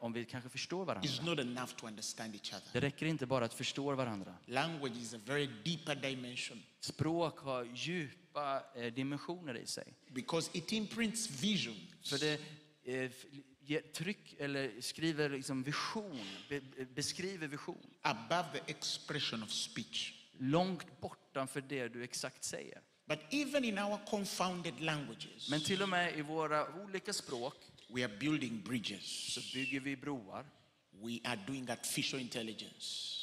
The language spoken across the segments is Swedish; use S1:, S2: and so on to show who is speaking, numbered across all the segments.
S1: om vi kanske förstår
S2: It's
S1: varandra.
S2: not enough to understand each other.
S1: Det räcker inte bara att förstå varandra.
S2: Language is a very deeper dimension
S1: Språk har djupa eh, dimensioner i sig.
S2: because it imprints vision.
S1: För det eh, f- ger tryck, eller skriver liksom vision, be, beskriver vision.
S2: above the expression of speech.
S1: Långt bortanför det du exakt säger.
S2: But even in our confounded languages,
S1: Men till och med i våra olika språk
S2: we are building bridges.
S1: så bygger vi broar.
S2: We are doing artificial intelligence,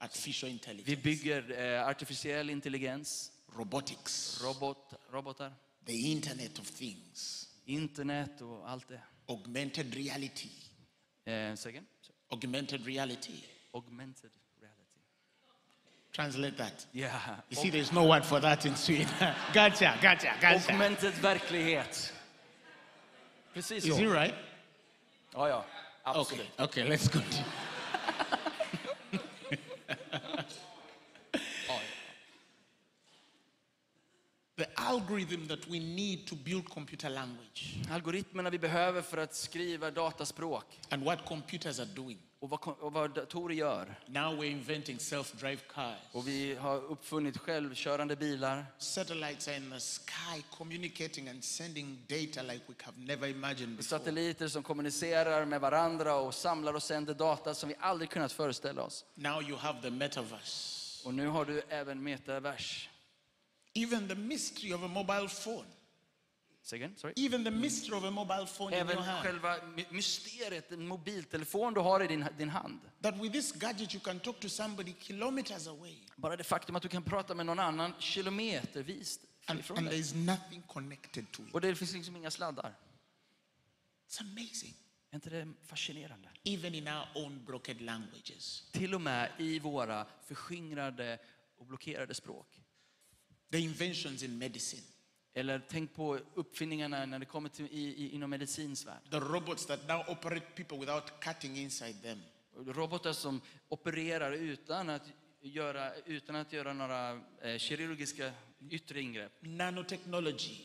S2: artificial
S1: Vi
S2: intelligence,
S1: bygger eh, artificiell intelligens,
S2: robotics,
S1: robot, robotar,
S2: the Internet of Things,
S1: internet och allt det.
S2: augmented reality,
S1: Eh, second?
S2: augmented reality.
S1: Augmented reality.
S2: Translate that.
S1: Yeah.
S2: You see, there's no word for that in Sweden. gotcha, gotcha, gotcha.
S1: Augmented verklighet. Precis
S2: Is it
S1: så.
S2: right?
S1: Ja, ja. Absolut.
S2: Okay, okay, let's continue.
S1: Ja,
S2: The algorithm that we need to build computer language
S1: ja. Algoritmerna vi behöver för att skriva dataspråk
S2: and what computers are doing.
S1: och vad, kom- och vad datorer gör.
S2: Now we're inventing self drive cars.
S1: Och vi har uppfunnit självkörande bilar.
S2: Satellites are in the sky communicating and sending data like we have never imagined before.
S1: Satelliter som kommunicerar med varandra och samlar och sänder data som vi aldrig kunnat föreställa oss.
S2: Now you have the metaverse.
S1: Och nu har du även metavers.
S2: Even the mystery of a mobile phone.
S1: Say again, sorry.
S2: Even the mystery of a mobile phone in your
S1: Även
S2: hand.
S1: själva my- mysteriet, en mobiltelefon du har i din, din hand.
S2: That with this gadget you can talk to somebody kilometers away.
S1: Bara det faktum att du kan prata med någon annan kilometervis
S2: And,
S1: ifrån
S2: and there
S1: dig.
S2: is nothing connected to it.
S1: Och det finns liksom inga sladdar.
S2: It's amazing.
S1: Är inte det fascinerande?
S2: Even in our own broken languages.
S1: Till och med i våra förskingrade och blockerade språk.
S2: The inventions in medicine.
S1: Eller tänk på uppfinningarna när det kommer till i, i, inom medicins värld.
S2: The robots that now operate people without cutting inside them.
S1: Robotar som opererar utan att göra, utan att göra några eh, kirurgiska yttre ingrepp.
S2: Nanotechnology.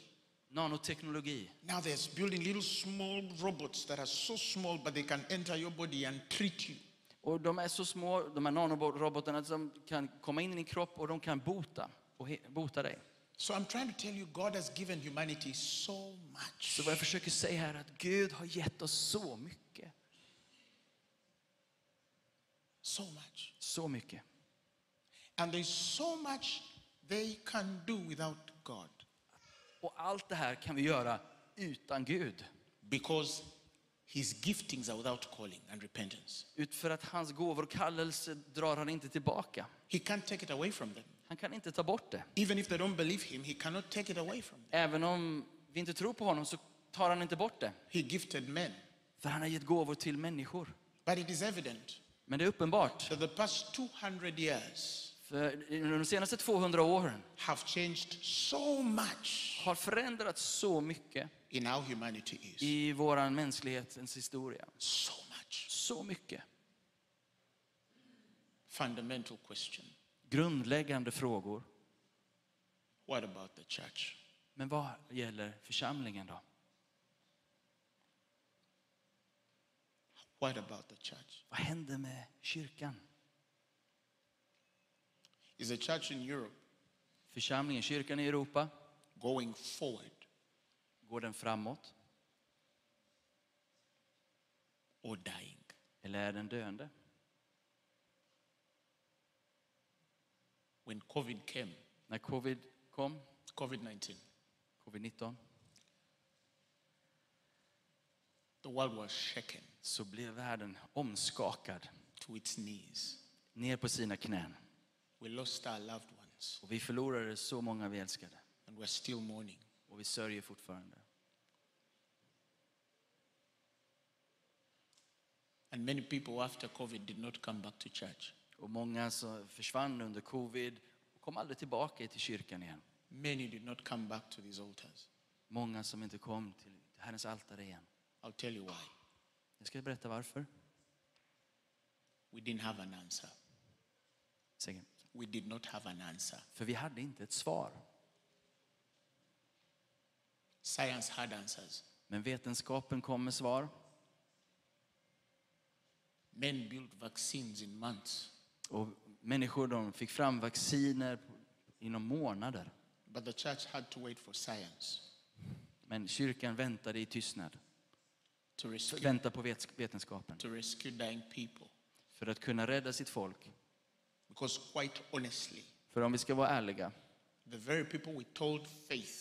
S1: Nanoteknologi.
S2: Now they're building little small robots that are so small, but they can enter your body and treat you.
S1: Och de är så små, de här nanorobotarna, att de kan komma in i din kropp och de kan bota, och he, bota dig.
S2: So I'm trying to tell you, God has given humanity so much.
S1: Så vad jag försöker säga här är att Gud har gett oss så mycket.
S2: So much.
S1: Så mycket.
S2: And there's so much they can do without God
S1: Och allt det här kan vi göra utan Gud.
S2: because his giftings are without calling and repentance.
S1: Ut för att hans gåvor och kallelse drar han inte tillbaka.
S2: He can't take it away from them.
S1: Han kan inte ta bort det.
S2: Even if they don't believe him, he cannot take it away from them.
S1: Även om vi inte tror på honom så tar han inte bort det.
S2: He gifted men.
S1: För han har gett gåvor till människor.
S2: But it is evident
S1: Men det är uppenbart.
S2: that the past 200 years
S1: För de senaste 200 åren
S2: have changed so much.
S1: har förändrats så mycket
S2: in how humanity is.
S1: i vår mänsklighetens historia.
S2: So much.
S1: Så mycket.
S2: Fundamental question.
S1: Grundläggande frågor.
S2: What about the church?
S1: Men vad gäller församlingen då?
S2: What about the church?
S1: Vad händer med kyrkan?
S2: Is the church in Europe
S1: Församlingen, kyrkan i Europa,
S2: going forward
S1: går den framåt
S2: or dying?
S1: eller är den döende?
S2: When COVID came,
S1: När covid kom,
S2: COVID 19,
S1: covid-19,
S2: the world was shaken
S1: så blev världen omskakad
S2: to its knees.
S1: ner på sina knän.
S2: We lost our loved ones
S1: Och vi förlorade så många vi älskade.
S2: and we're still mourning.
S1: Och vi sörjer fortfarande.
S2: And many people after COVID did not come back to church.
S1: Och många som försvann under covid och kom aldrig tillbaka till kyrkan igen.
S2: Many did not come back to these altars.
S1: Många som inte kom till Herrens altare igen.
S2: I'll tell you why.
S1: Jag ska berätta varför.
S2: We didn't have an answer.
S1: Säger-
S2: We did not have an answer.
S1: För vi hade inte ett svar.
S2: Science had answers.
S1: Men vetenskapen kom med svar.
S2: Men built vaccines in months,
S1: Och människor de fick fram vacciner på- inom månader.
S2: but the church had to wait for science
S1: Men kyrkan väntade i tystnad.
S2: to rescue,
S1: Väntade på vets- vetenskapen.
S2: to rescue dying people.
S1: För att kunna rädda sitt folk.
S2: Because, quite honestly,
S1: För om vi ska vara ärliga.
S2: the very people we told faith,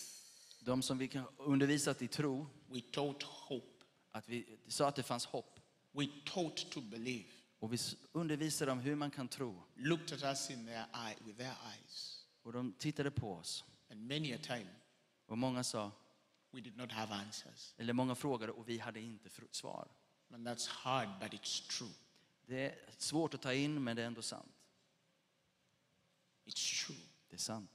S1: De som vi kan undervisat i tro.
S2: we taught hope,
S1: Att vi sa att det fanns hopp.
S2: we taught to believe,
S1: Och vi s- undervisade dem hur man kan tro.
S2: looked at us in their eye, with their eyes,
S1: Och de tittade på oss.
S2: and many a time
S1: Och många sa,
S2: we did not have answers.
S1: eller många frågade och vi hade inte fr- svar.
S2: And that's hard, but it's true.
S1: Det är svårt att ta in men det är ändå sant.
S2: It's true.
S1: Det är sant.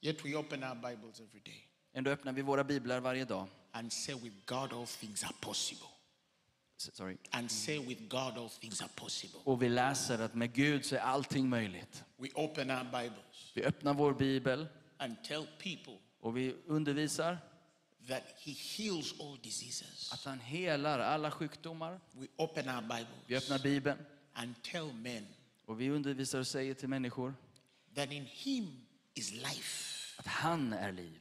S2: Yet we open our Bibles every day
S1: Ändå öppnar vi våra biblar varje dag.
S2: and say, with God, all things are possible.
S1: S- Sorry.
S2: And say, with God, all things are possible.
S1: Och vi läser att med Gud så är allting möjligt.
S2: We open our Bibles
S1: Vi öppnar vår bibel
S2: and tell people
S1: och vi undervisar
S2: that He heals all diseases.
S1: att han helar alla sjukdomar.
S2: We open our
S1: Vi
S2: Bibles
S1: öppnar bibeln
S2: and tell men
S1: och vi undervisar och säger till människor
S2: that in Him is life.
S1: att han är liv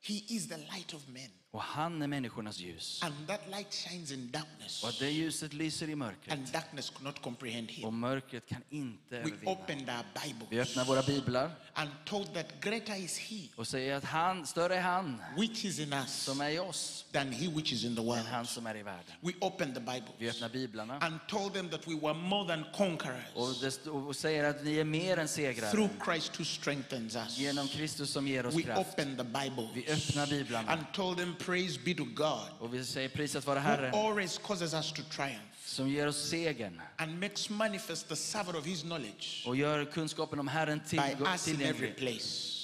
S2: He is the light of men.
S1: och han är människornas ljus.
S2: And that light shines in
S1: Och
S2: darkness.
S1: att det ljuset lyser i mörkret
S2: And darkness could not comprehend Him.
S1: och mörkret kan inte
S2: We
S1: övervinna.
S2: opened our
S1: Vi
S2: Bibles
S1: öppnar våra biblar
S2: and told that greater is He
S1: och säger att han, större är han
S2: which is in us
S1: som är i oss
S2: than He which is in the world.
S1: än han som är i världen.
S2: We opened the Bibles
S1: Vi öppnar biblarna
S2: and told them that we were more than
S1: och,
S2: conquerors
S1: det st- och säger att ni är mer än
S2: through
S1: segrare
S2: Christ who strengthens us.
S1: genom Kristus som ger oss
S2: We
S1: kraft.
S2: opened the Bibles
S1: Vi öppnar biblarna
S2: and told them, Praise be to God,
S1: och vi säger prisat vara
S2: who
S1: Herren
S2: always causes us to triumph
S1: som ger oss segern
S2: and makes manifest the savor of His knowledge
S1: och gör kunskapen om Herren
S2: by
S1: tillgå-
S2: us in every
S1: tillgänglig
S2: place.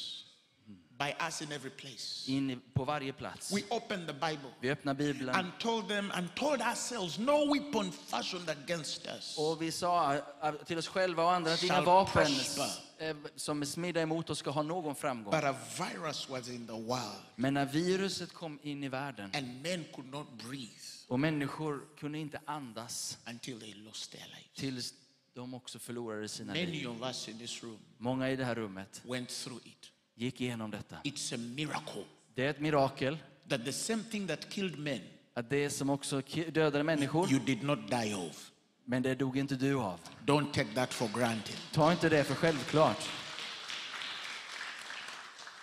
S2: By us in every place.
S1: in i- på varje plats.
S2: We opened the Bible
S1: Vi öppnar bibeln
S2: and told them and told ourselves, No weapon fashioned against us
S1: och vi sa eh, till oss själva och andra att inga
S2: Shall
S1: vapen
S2: prosper.
S1: s- eh, som är smidda emot oss ska ha någon framgång.
S2: But a virus was in the world,
S1: Men när viruset kom in i världen
S2: and men could not breathe
S1: och människor kunde inte andas
S2: until they lost their life.
S1: tills de också förlorade sina liv.
S2: Many of us in this room
S1: Många i det här rummet
S2: went through it.
S1: gick igenom detta.
S2: It's a miracle
S1: Det är ett mirakel
S2: that the same thing that killed men,
S1: att det som också ki- dödade människor,
S2: you did not die of.
S1: men det dog inte du av.
S2: Don't take that for granted.
S1: Ta inte det för självklart.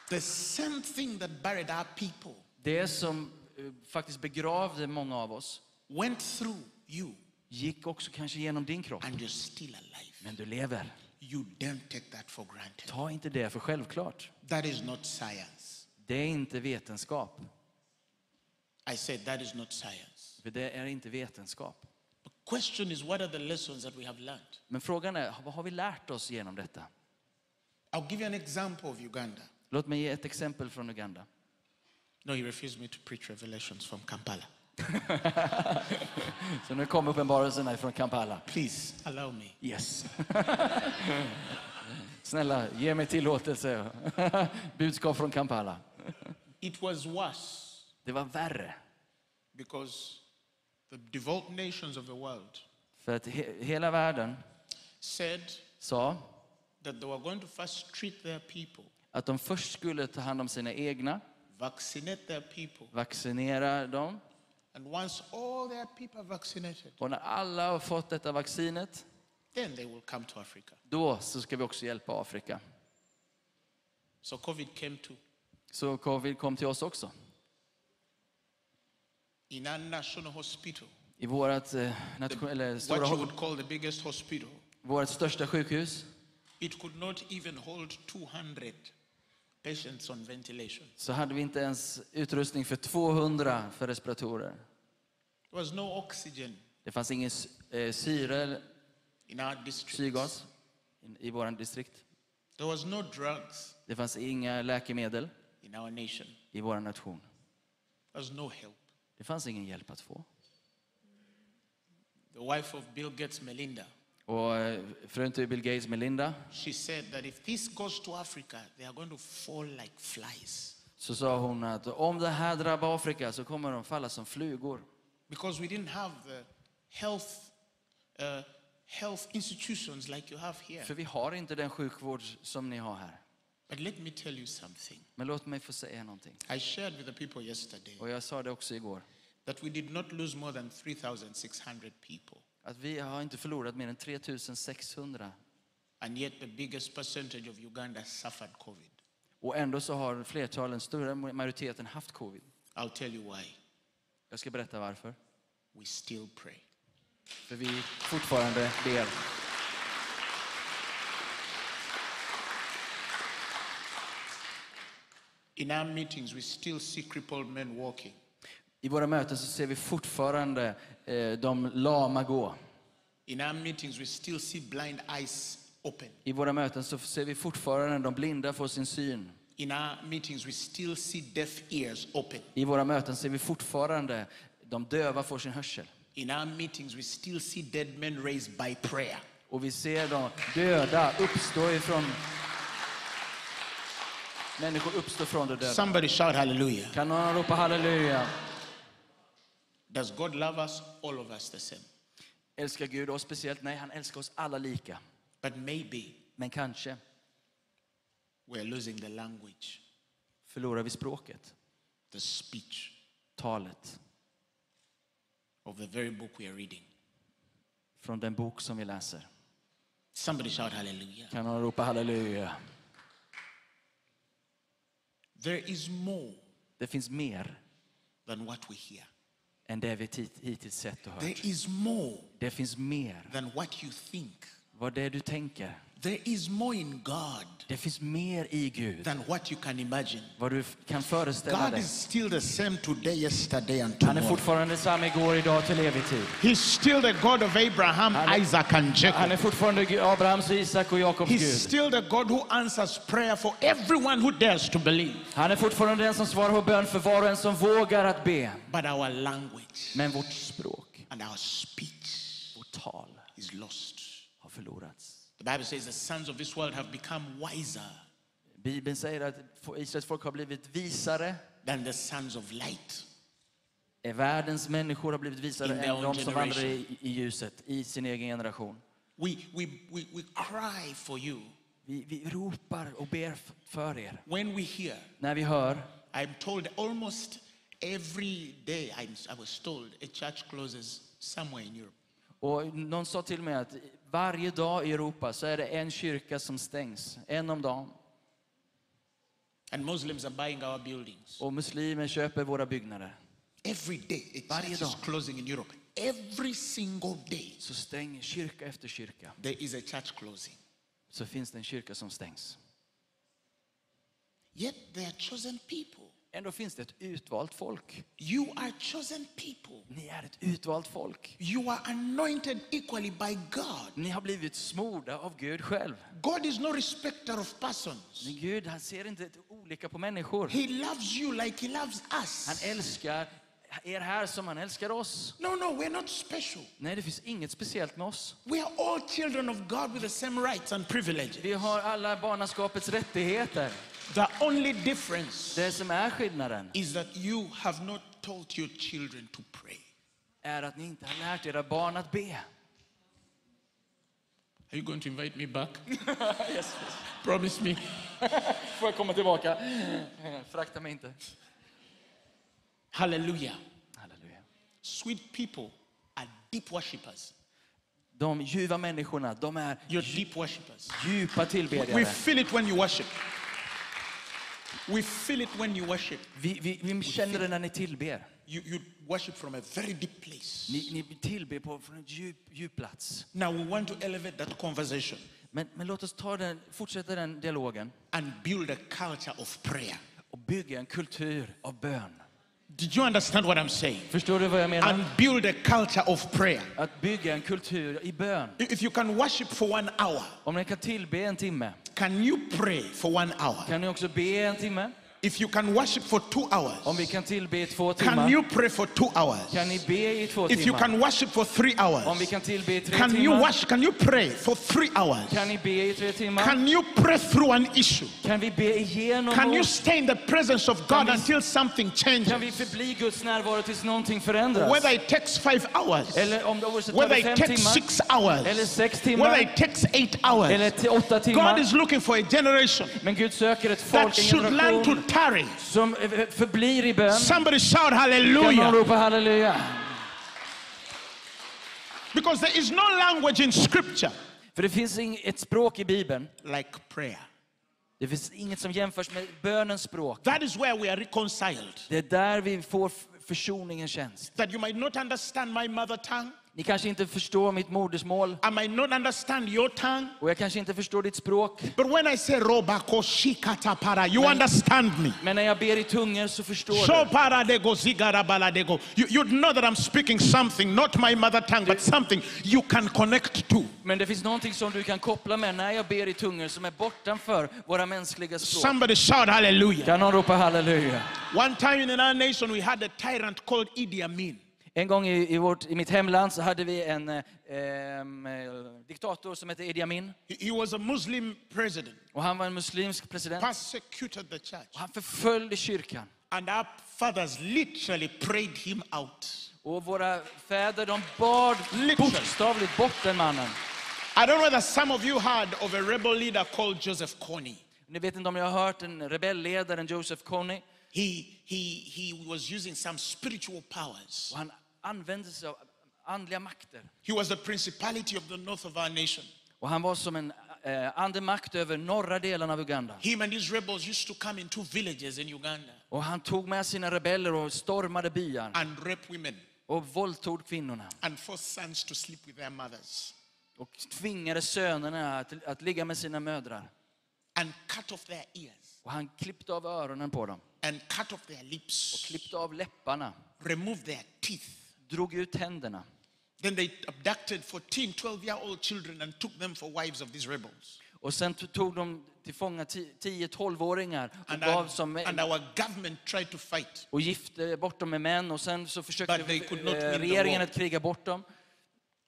S2: The same thing that buried our people
S1: Det som eh, faktiskt begravde många av oss
S2: went through you,
S1: gick också kanske genom din kropp.
S2: and you're still alive.
S1: Men du lever.
S2: You don't take that for granted.
S1: Ta inte det för självklart.
S2: That is not science.
S1: Det är inte vetenskap.
S2: I said that is not science.
S1: För det är inte vetenskap.
S2: The question is, what are the lessons that we have learned?
S1: Men frågan är, vad har vi lärt oss genom detta?
S2: I'll give you an example of Uganda.
S1: Låt mig ge ett exempel från Uganda.
S2: No, he refused me to preach revelations from Kampala.
S1: Så nu kom uppenbarelserna från Kampala.
S2: Please allow me.
S1: Yes. Snälla, ge mig tillåtelse. Budskap från Kampala.
S2: It was worse
S1: Det var värre.
S2: because the devout nations of the world
S1: För att he- hela världen
S2: said
S1: sa
S2: that they were going to first treat their people,
S1: att de först skulle ta hand om sina egna,
S2: vaccinate their people,
S1: vaccinera dem.
S2: and once all their people are vaccinated,
S1: Och när alla har fått detta vaccinet,
S2: then they will come to Africa.
S1: då så ska vi också hjälpa Afrika.
S2: So COVID came to
S1: Så covid kom till oss också.
S2: in our national hospital,
S1: I vårt, eh, nation- eller
S2: what you
S1: stora,
S2: would call the biggest hospital.
S1: vårt största sjukhus
S2: It could not even hold 200 patients on ventilation.
S1: så hade vi inte ens utrustning för 200 för respiratorer.
S2: There was no oxygen
S1: Det fanns ingen sy- eh, syre eller
S2: in our district.
S1: syrgas i- i vårt distrikt.
S2: There was no drugs
S1: Det fanns inga läkemedel
S2: in our nation.
S1: i vår nation.
S2: There was no help.
S1: Det fanns ingen hjälp att få.
S2: The wife of Bill Gates, Melinda,
S1: Och eh, frun till Bill Gates, Melinda,
S2: she said that if this goes to Africa, they are going to fall like flies
S1: så sa hon att om det här drabbar Afrika så kommer de falla som flugor.
S2: because we didn't have the health uh, health institutions like you have here.
S1: För vi har inte den sjukvård som ni har här.
S2: But let me tell you something.
S1: Men låt mig få säga någonting.
S2: I shared with the people yesterday
S1: Och jag sa det också igår.
S2: that we did not lose more than 3,600 people.
S1: Att vi har inte förlorat mer än 3600.
S2: And yet, the biggest percentage of Uganda suffered COVID.
S1: Och ändå så har flertalen, större majoriteten haft covid.
S2: I'll tell you why.
S1: Jag ska berätta varför.
S2: We still pray.
S1: För vi fortfarande ber.
S2: In our meetings, we still see crippled men walking.
S1: I våra möten så ser vi fortfarande eh, de lama gå.
S2: In our meetings, we still see blind eyes open.
S1: I våra möten så ser vi fortfarande de blinda få sin syn.
S2: In our meetings, we still see deaf ears open.
S1: I våra möten ser vi fortfarande de döva får sin hörsel.
S2: In our meetings, we still see dead men raised by prayer.
S1: Och vi ser de döda uppstå ifrån... Människor uppstår från de döda.
S2: Somebody shout hallelujah.
S1: Kan någon ropa halleluja?
S2: Does God love us? All of us the same.
S1: Älskar Gud oss speciellt? Nej, han älskar oss alla lika.
S2: But maybe
S1: Men kanske
S2: we're losing the language,
S1: förlorar vi språket,
S2: the speech
S1: talet,
S2: of the very book we are reading.
S1: från den bok som vi läser.
S2: Somebody shout hallelujah.
S1: Kan någon ropa halleluja?
S2: There is more
S1: Det finns mer
S2: than what we hear,
S1: än det vi tit- hittills sett och
S2: there
S1: hört.
S2: is more
S1: Det finns mer.
S2: than what you think,
S1: Vad det är du tänker.
S2: there is more in God
S1: Det finns mer i Gud.
S2: than what you can imagine.
S1: Vad du f- kan föreställa
S2: God
S1: dig.
S2: is still the same today, yesterday, and
S1: Han är
S2: tomorrow.
S1: fortfarande samma igår, idag till evig tid.
S2: He's still the God of Abraham, Isaac, and
S1: Han
S2: Jacob.
S1: är fortfarande Gu- Abrahams, Isak och Jakobs
S2: He's
S1: Gud.
S2: still the God who answers prayer for everyone who dares to believe.
S1: Han är fortfarande den som svarar på bön för var och en som vågar att be.
S2: But our language
S1: Men vårt språk,
S2: and our speech
S1: vårt tal,
S2: is lost.
S1: har förlorats.
S2: The Bible says the sons of this world have become wiser
S1: Bibeln säger att fo- Israels folk har blivit visare.
S2: than the sons of light.
S1: Eh, Världens människor har blivit visare
S2: In their
S1: än
S2: own
S1: de som vandrar
S2: generation.
S1: i, i ljuset, i sin egen generation.
S2: We, we, we, we cry for you
S1: Vi, vi ropar och ber f- för er.
S2: when we hear.
S1: När vi hör,
S2: I'm told almost every day, I'm, I was told, a church closes somewhere in Europe.
S1: och någon sa till mig att varje dag i Europa så är det en kyrka som stängs, en om dagen.
S2: And Muslims are buying our buildings.
S1: Och muslimer köper våra byggnader.
S2: Every day, a
S1: Varje
S2: church is
S1: dag.
S2: closing in Europe. Every single day,
S1: Så stänger kyrka efter kyrka.
S2: there is a church closing.
S1: Så finns det en kyrka som stängs.
S2: Yet they are chosen people.
S1: Ändå finns det ett utvalt folk.
S2: You are chosen people.
S1: Ni är ett utvalt folk.
S2: You are anointed equally by God.
S1: Ni har blivit smorda av Gud själv.
S2: God is no respecter of persons.
S1: Men Gud, han ser inte olika på människor.
S2: He loves you like He loves
S1: Han
S2: us.
S1: älskar er här som han älskar oss.
S2: No, no, we're not special.
S1: Nej, det finns inget speciellt med oss.
S2: We are all children of God with the same rights and privileges.
S1: Vi har alla barnaskapets rättigheter.
S2: The only difference
S1: Det som är skillnaden
S2: is that you have not taught your children to pray.
S1: är att ni inte har lärt era barn att be.
S2: Are you going to invite me back? Promise me.
S1: Får jag komma tillbaka? Frakta mig inte.
S2: Hallelujah.
S1: Halleluja.
S2: Sweet people are deep worshippers.
S1: De ljuva människorna, de är
S2: You're deep worshippers.
S1: djupa
S2: We
S1: tillbedjare.
S2: feel it when you worship. We feel it when you worship.
S1: Vi, vi, vi känner det när ni tillber.
S2: You, you worship from a very deep place.
S1: Ni, ni tillber på, från en djup, djup plats.
S2: Now we want to elevate that conversation
S1: Men, men låt oss ta den, fortsätta den dialogen.
S2: and build a culture of prayer.
S1: och bygga en kultur av bön.
S2: Did you understand what I'm saying?
S1: Förstår du vad jag menar?
S2: And build a culture of prayer.
S1: Att bygga en kultur i bön.
S2: I- If you can worship for one hour,
S1: Om ni kan tillbe en timme,
S2: can you pray for one hour?
S1: kan ni också be en timme?
S2: If you can worship for two
S1: Om vi
S2: hours,
S1: kan tillbe i två
S2: can you
S1: timmar,
S2: pray for two hours?
S1: kan ni be i två
S2: If you
S1: timmar?
S2: can worship for three
S1: Om vi
S2: hours,
S1: kan tillbe i tre
S2: can you
S1: timmar,
S2: worship? Can you pray for three hours?
S1: kan ni be i tre timmar?
S2: Can you pray through an issue?
S1: Kan vi be igenom
S2: Can you
S1: vår-
S2: stay in the presence of God
S1: vi-
S2: until something
S1: Kan
S2: changes?
S1: vi förbli Guds närvaro tills någonting förändras?
S2: Whether it takes five hours,
S1: Eller om det tar
S2: whether
S1: det
S2: it
S1: fem
S2: takes
S1: timmar,
S2: six hours,
S1: eller sex
S2: whether
S1: timmar,
S2: it takes eight
S1: eller
S2: hours,
S1: till åtta
S2: God
S1: timmar.
S2: is looking for a generation
S1: Men Gud söker ett folk,
S2: that
S1: en
S2: should learn to
S1: generation
S2: tarry.
S1: som eh, förblir i bön.
S2: Somebody shout
S1: Kan någon
S2: hallelujah.
S1: ropa halleluja?
S2: Because there is no language in scripture
S1: För det finns ing- ett språk i Bibeln.
S2: like prayer.
S1: Det finns inget som jämförs med bönens språk.
S2: That is where we are reconciled.
S1: Det är där vi får f- försoningens tjänst.
S2: That you might not understand my mother tongue,
S1: Ni kanske inte förstår mitt modersmål
S2: I might not understand your tongue.
S1: och jag kanske inte förstår ditt språk.
S2: But when I say robako shikata para, you understand me.
S1: Men när jag ber i tungor så förstår
S2: So
S1: du.
S2: paradego zigarabaladego. You, you'd know that I'm speaking something, not my mother tongue, but something you can connect to.
S1: Men det finns någonting som du kan koppla med när jag ber i tungor som är bortanför våra mänskliga språk.
S2: Somebody shout hallelujah.
S1: Kan någon ropa halleluja?
S2: One time in our nation, we had a tyrant called Idi Amin.
S1: En gång i, i, vårt, i mitt hemland så hade vi en eh, ehm, eh, diktator som hette Idi Amin.
S2: He, he was a Muslim president,
S1: Och han var en muslimsk president.
S2: persecuted the church.
S1: Och han förföljde kyrkan.
S2: And our fathers literally prayed him out.
S1: Och våra fäder de bad
S2: Literally.
S1: bokstavligt bort den mannen.
S2: I don't know whether some of you heard of a rebel leader called Joseph Kony.
S1: Ni vet inte om jag har hört den rebellledaren Joseph Kony.
S2: He, he, he was using some spiritual powers.
S1: Och han använde sig av andliga makter.
S2: He was the principality of the north of our nation.
S1: Och han var som en eh, andemakt över norra delen av Uganda.
S2: Him and his rebels used to come into villages in Uganda
S1: Och han tog med sina rebeller och stormade byar
S2: and rape women
S1: och våldtog kvinnorna.
S2: and force sons to sleep with their mothers
S1: Och tvingade sönerna att, att ligga med sina mödrar.
S2: and cut off their ears
S1: Och han klippte av öronen på dem.
S2: and cut off their lips,
S1: Klippte av läpparna.
S2: remove their teeth.
S1: Drog ut tänderna.
S2: Then they abducted 14, 12 year old children and took them for wives of these rebels.
S1: Och sen to- tog de till fånga 10-12-åringar och
S2: And
S1: gav
S2: our,
S1: som
S2: and our government tried to fight.
S1: och gifte bort dem med män och sen så försökte
S2: But they could not
S1: eh,
S2: win the
S1: regeringen
S2: war.
S1: att kriga bort dem.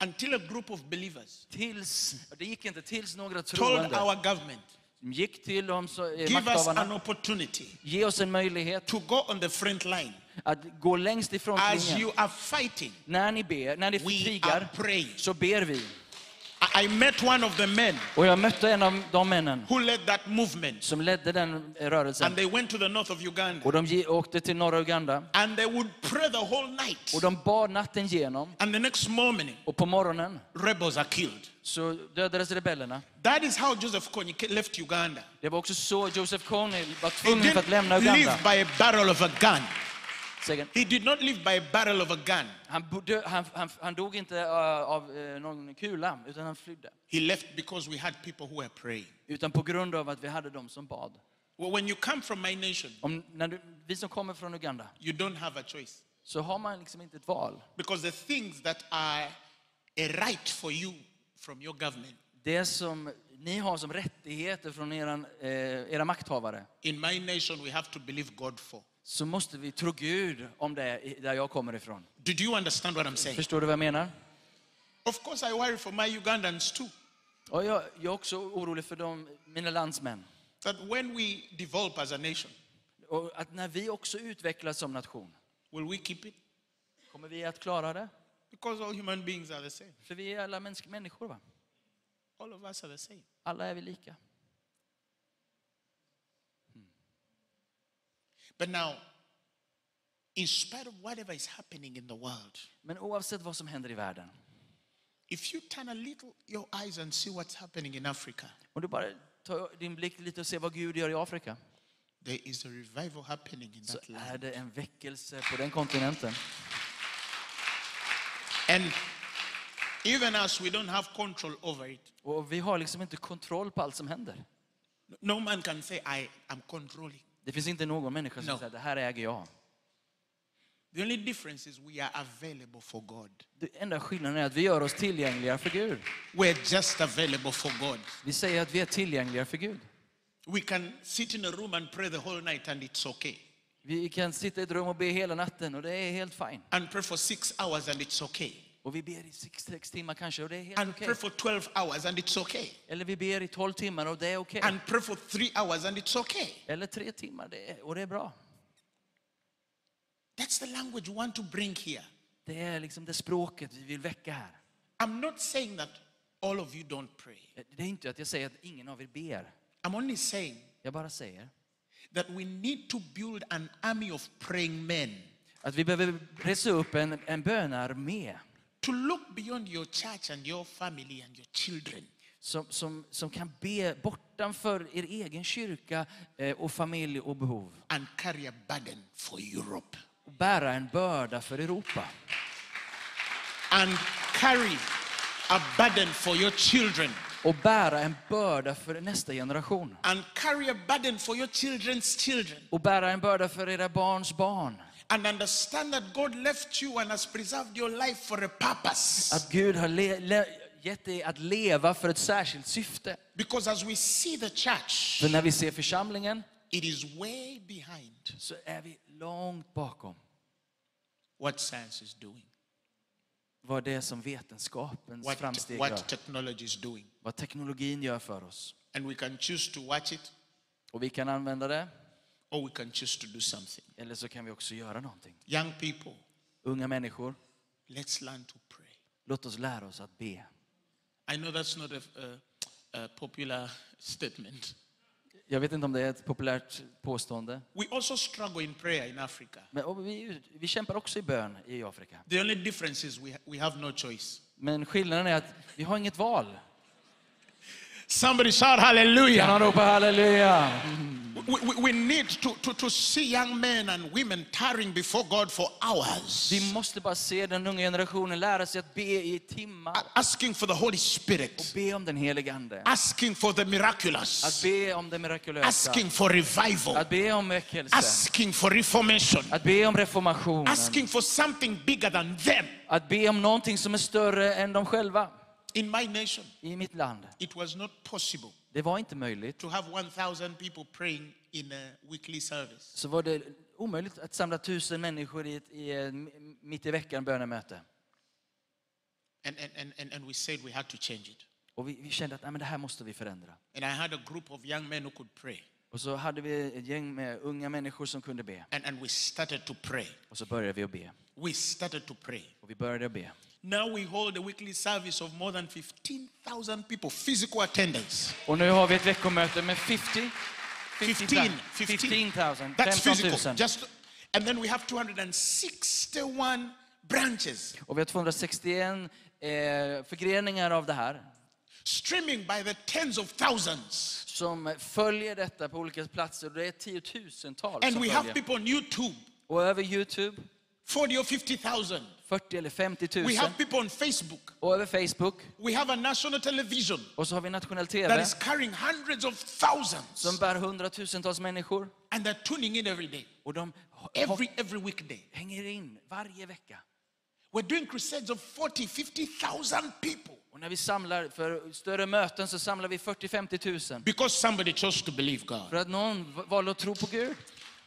S2: until a group of believers
S1: Tills, det gick inte, tills några
S2: told
S1: troende
S2: our government,
S1: gick till de så, eh,
S2: give us
S1: makthavarna.
S2: an opportunity
S1: Ge oss en möjlighet
S2: to go on the front line.
S1: att gå längst i
S2: As
S1: frontlinjen.
S2: you are fighting,
S1: När ni ber, när ni
S2: we are
S1: krigar,
S2: praying.
S1: så ber vi.
S2: I I met one of the men
S1: Och jag mötte en av de männen
S2: who led that movement,
S1: som ledde den eh, rörelsen.
S2: and they went to the north of Uganda,
S1: Och de ge- åkte till norra Uganda.
S2: and they would pray the whole night.
S1: Och de bad natten igenom.
S2: And the next morning,
S1: Och på morgonen
S2: rebels are killed.
S1: så dödades rebellerna.
S2: That is how Joseph Kony left Uganda.
S1: Det var också så Joseph Kony var
S2: He
S1: tvungen för att
S2: didn't
S1: lämna Uganda.
S2: live by a barrel of a gun.
S1: Säkert.
S2: He did not live by a barrel of a gun.
S1: Han, bo- dö- han, han, han dog inte eh, av eh, någon kula, utan han flydde.
S2: He left because we had people who were praying.
S1: Utan på grund av att vi hade dem som bad.
S2: Well, when you come from my nation,
S1: Om, när du, vi som kommer från Uganda,
S2: you don't have a choice.
S1: så har man liksom inte ett val.
S2: Because the things that are a right for you from your government,
S1: Det som ni har som rättigheter från eran, eh, era makthavare,
S2: in my nation, we have to believe God for.
S1: så måste vi tro Gud om det i- där jag kommer ifrån.
S2: Did you understand what I'm saying?
S1: Förstår du vad jag menar?
S2: Of course, I worry for my Ugandans too.
S1: Och jag, jag är också orolig för de, mina landsmän.
S2: That when we develop as a nation,
S1: Och att när vi också utvecklas som nation,
S2: will we keep it?
S1: kommer vi att klara det?
S2: Because all human beings are the same.
S1: För vi är alla mänsk- människor, va?
S2: All of us are the same.
S1: Alla är vi lika.
S2: But now, in spite of whatever is happening in the world,
S1: Men oavsett vad som händer i världen,
S2: if you turn a little your eyes and see what's happening in Africa,
S1: om du bara tar din blick lite och ser vad Gud gör i Afrika,
S2: there is a revival happening in
S1: så
S2: that
S1: är
S2: land.
S1: det en väckelse på den kontinenten.
S2: And even us, we don't have control over it.
S1: Och vi har liksom inte kontroll på allt som händer.
S2: No man can say, I am controlling.
S1: Det finns inte någon människa som
S2: No.
S1: säger det här äger jag.
S2: The only difference is we are available for God.
S1: Det enda skillnaden är att vi gör oss tillgängliga för Gud.
S2: We're just available for God.
S1: Vi säger att vi är tillgängliga för Gud.
S2: We can sit in a room and pray the whole night and it's okay.
S1: Vi kan sitta i ett rum och be hela natten och det är helt fine.
S2: And pray for six hours and it's okay.
S1: Och vi ber i sex, sex timmar kanske och det är helt
S2: And
S1: okej.
S2: pray for 12 hours and it's okay.
S1: Eller vi ber i tolv timmar och det är okej.
S2: And pray for three hours and it's okay.
S1: Eller tre timmar det är, och det är bra.
S2: That's the language we want to bring here.
S1: Det är liksom det språket vi vill väcka här.
S2: I'm not saying that all of you don't pray.
S1: Det är inte att jag säger att ingen av er ber.
S2: I'm only saying
S1: Jag bara säger
S2: that we need to build an army of praying men
S1: att vi behöver pressa upp en, en bönarmé
S2: to look beyond your church and your family and your children
S1: som, som, som kan be bortanför er egen kyrka eh, och familj och behov.
S2: and carry a burden for Europe
S1: Och bära en börda för Europa.
S2: and carry a burden for your children
S1: Och bära en börda för nästa generation.
S2: and carry a burden for your children's children
S1: Och bära en börda för era barns barn.
S2: and understand that God left you and has preserved your life for a purpose
S1: Att Gud har le, le, gett dig att leva för ett särskilt syfte.
S2: because as we see the church
S1: För när vi ser församlingen
S2: it is way behind
S1: så är vi långt bakom
S2: what science is doing
S1: vad det är som vetenskapens
S2: what,
S1: framsteg gör.
S2: what technology is doing
S1: Vad teknologin gör för oss.
S2: and we can choose to watch it
S1: Och vi kan använda det,
S2: or we can choose to do something.
S1: eller så kan vi också göra någonting.
S2: Young people,
S1: Unga människor,
S2: let's learn to pray.
S1: låt oss lära oss att be.
S2: I know that's not a, a, a popular statement.
S1: Jag vet inte om det är ett populärt påstående.
S2: We also struggle in prayer in Africa.
S1: Men och vi, vi kämpar också i bön i Afrika.
S2: The only difference is we, ha- we have no choice.
S1: Men skillnaden är att vi har inget val.
S2: Somebody shout hallelujah.
S1: Kan han ropa halleluja?
S2: We, we, we need to, to, to see young men and women tarrying before God for hours,
S1: Vi måste bara se den unga generationen lära sig att be i timmar.
S2: a- asking for the Holy
S1: Och
S2: Spirit,
S1: be om den helige Ande.
S2: asking for the
S1: Att
S2: miraculous,
S1: be om det mirakulösa.
S2: asking for revival,
S1: Att be om väckelse.
S2: asking for reformation,
S1: Att be om reformationen.
S2: asking for something bigger than them.
S1: Att be om någonting som är större än de själva.
S2: In my nation,
S1: I mitt land.
S2: it was not possible
S1: Det var inte möjligt.
S2: to have 1,000 people praying in a weekly service.
S1: Så var det omöjligt att samla tusen människor i ett, i en, mitt i veckan bönemöte.
S2: And, and, and, and, and we said we had to change it.
S1: Och vi, vi kände att "Nej, men det här måste vi förändra.
S2: And I had a group of young men who could pray.
S1: Och så hade vi ett gäng med unga människor som kunde be.
S2: And, and we started to pray.
S1: Och så började vi att be.
S2: We started to pray.
S1: Och vi började att be.
S2: Now we hold a weekly service of more than 15,000 people, physical attendance.
S1: Och nu har vi ett veckomöte med 50
S2: 15,
S1: 15 000.
S2: That's
S1: 15
S2: physical.
S1: 000.
S2: Just, and then we have 261 branches
S1: Och vi har 261 eh, förgreningar av det här
S2: streaming by the tens of thousands.
S1: som följer detta på olika platser. Och det är tiotusentals
S2: And
S1: som
S2: we have
S1: följer.
S2: people on YouTube,
S1: Och över Youtube,
S2: 40 or 50,000.
S1: 40 eller 50 000.
S2: We have people on Facebook.
S1: Och över Facebook.
S2: We have a national television
S1: Och så har vi nationell
S2: that
S1: TV
S2: is carrying hundreds of thousands.
S1: som bär hundratusentals människor.
S2: And they're tuning in every day,
S1: Och de ho-
S2: every, every weekday.
S1: hänger in varje vecka.
S2: We're doing crusades of 40, 50,000 people
S1: Och när vi samlar för större möten så samlar vi 40-50 000.
S2: because somebody chose to believe God.
S1: För att någon v- valde att tro på Gud.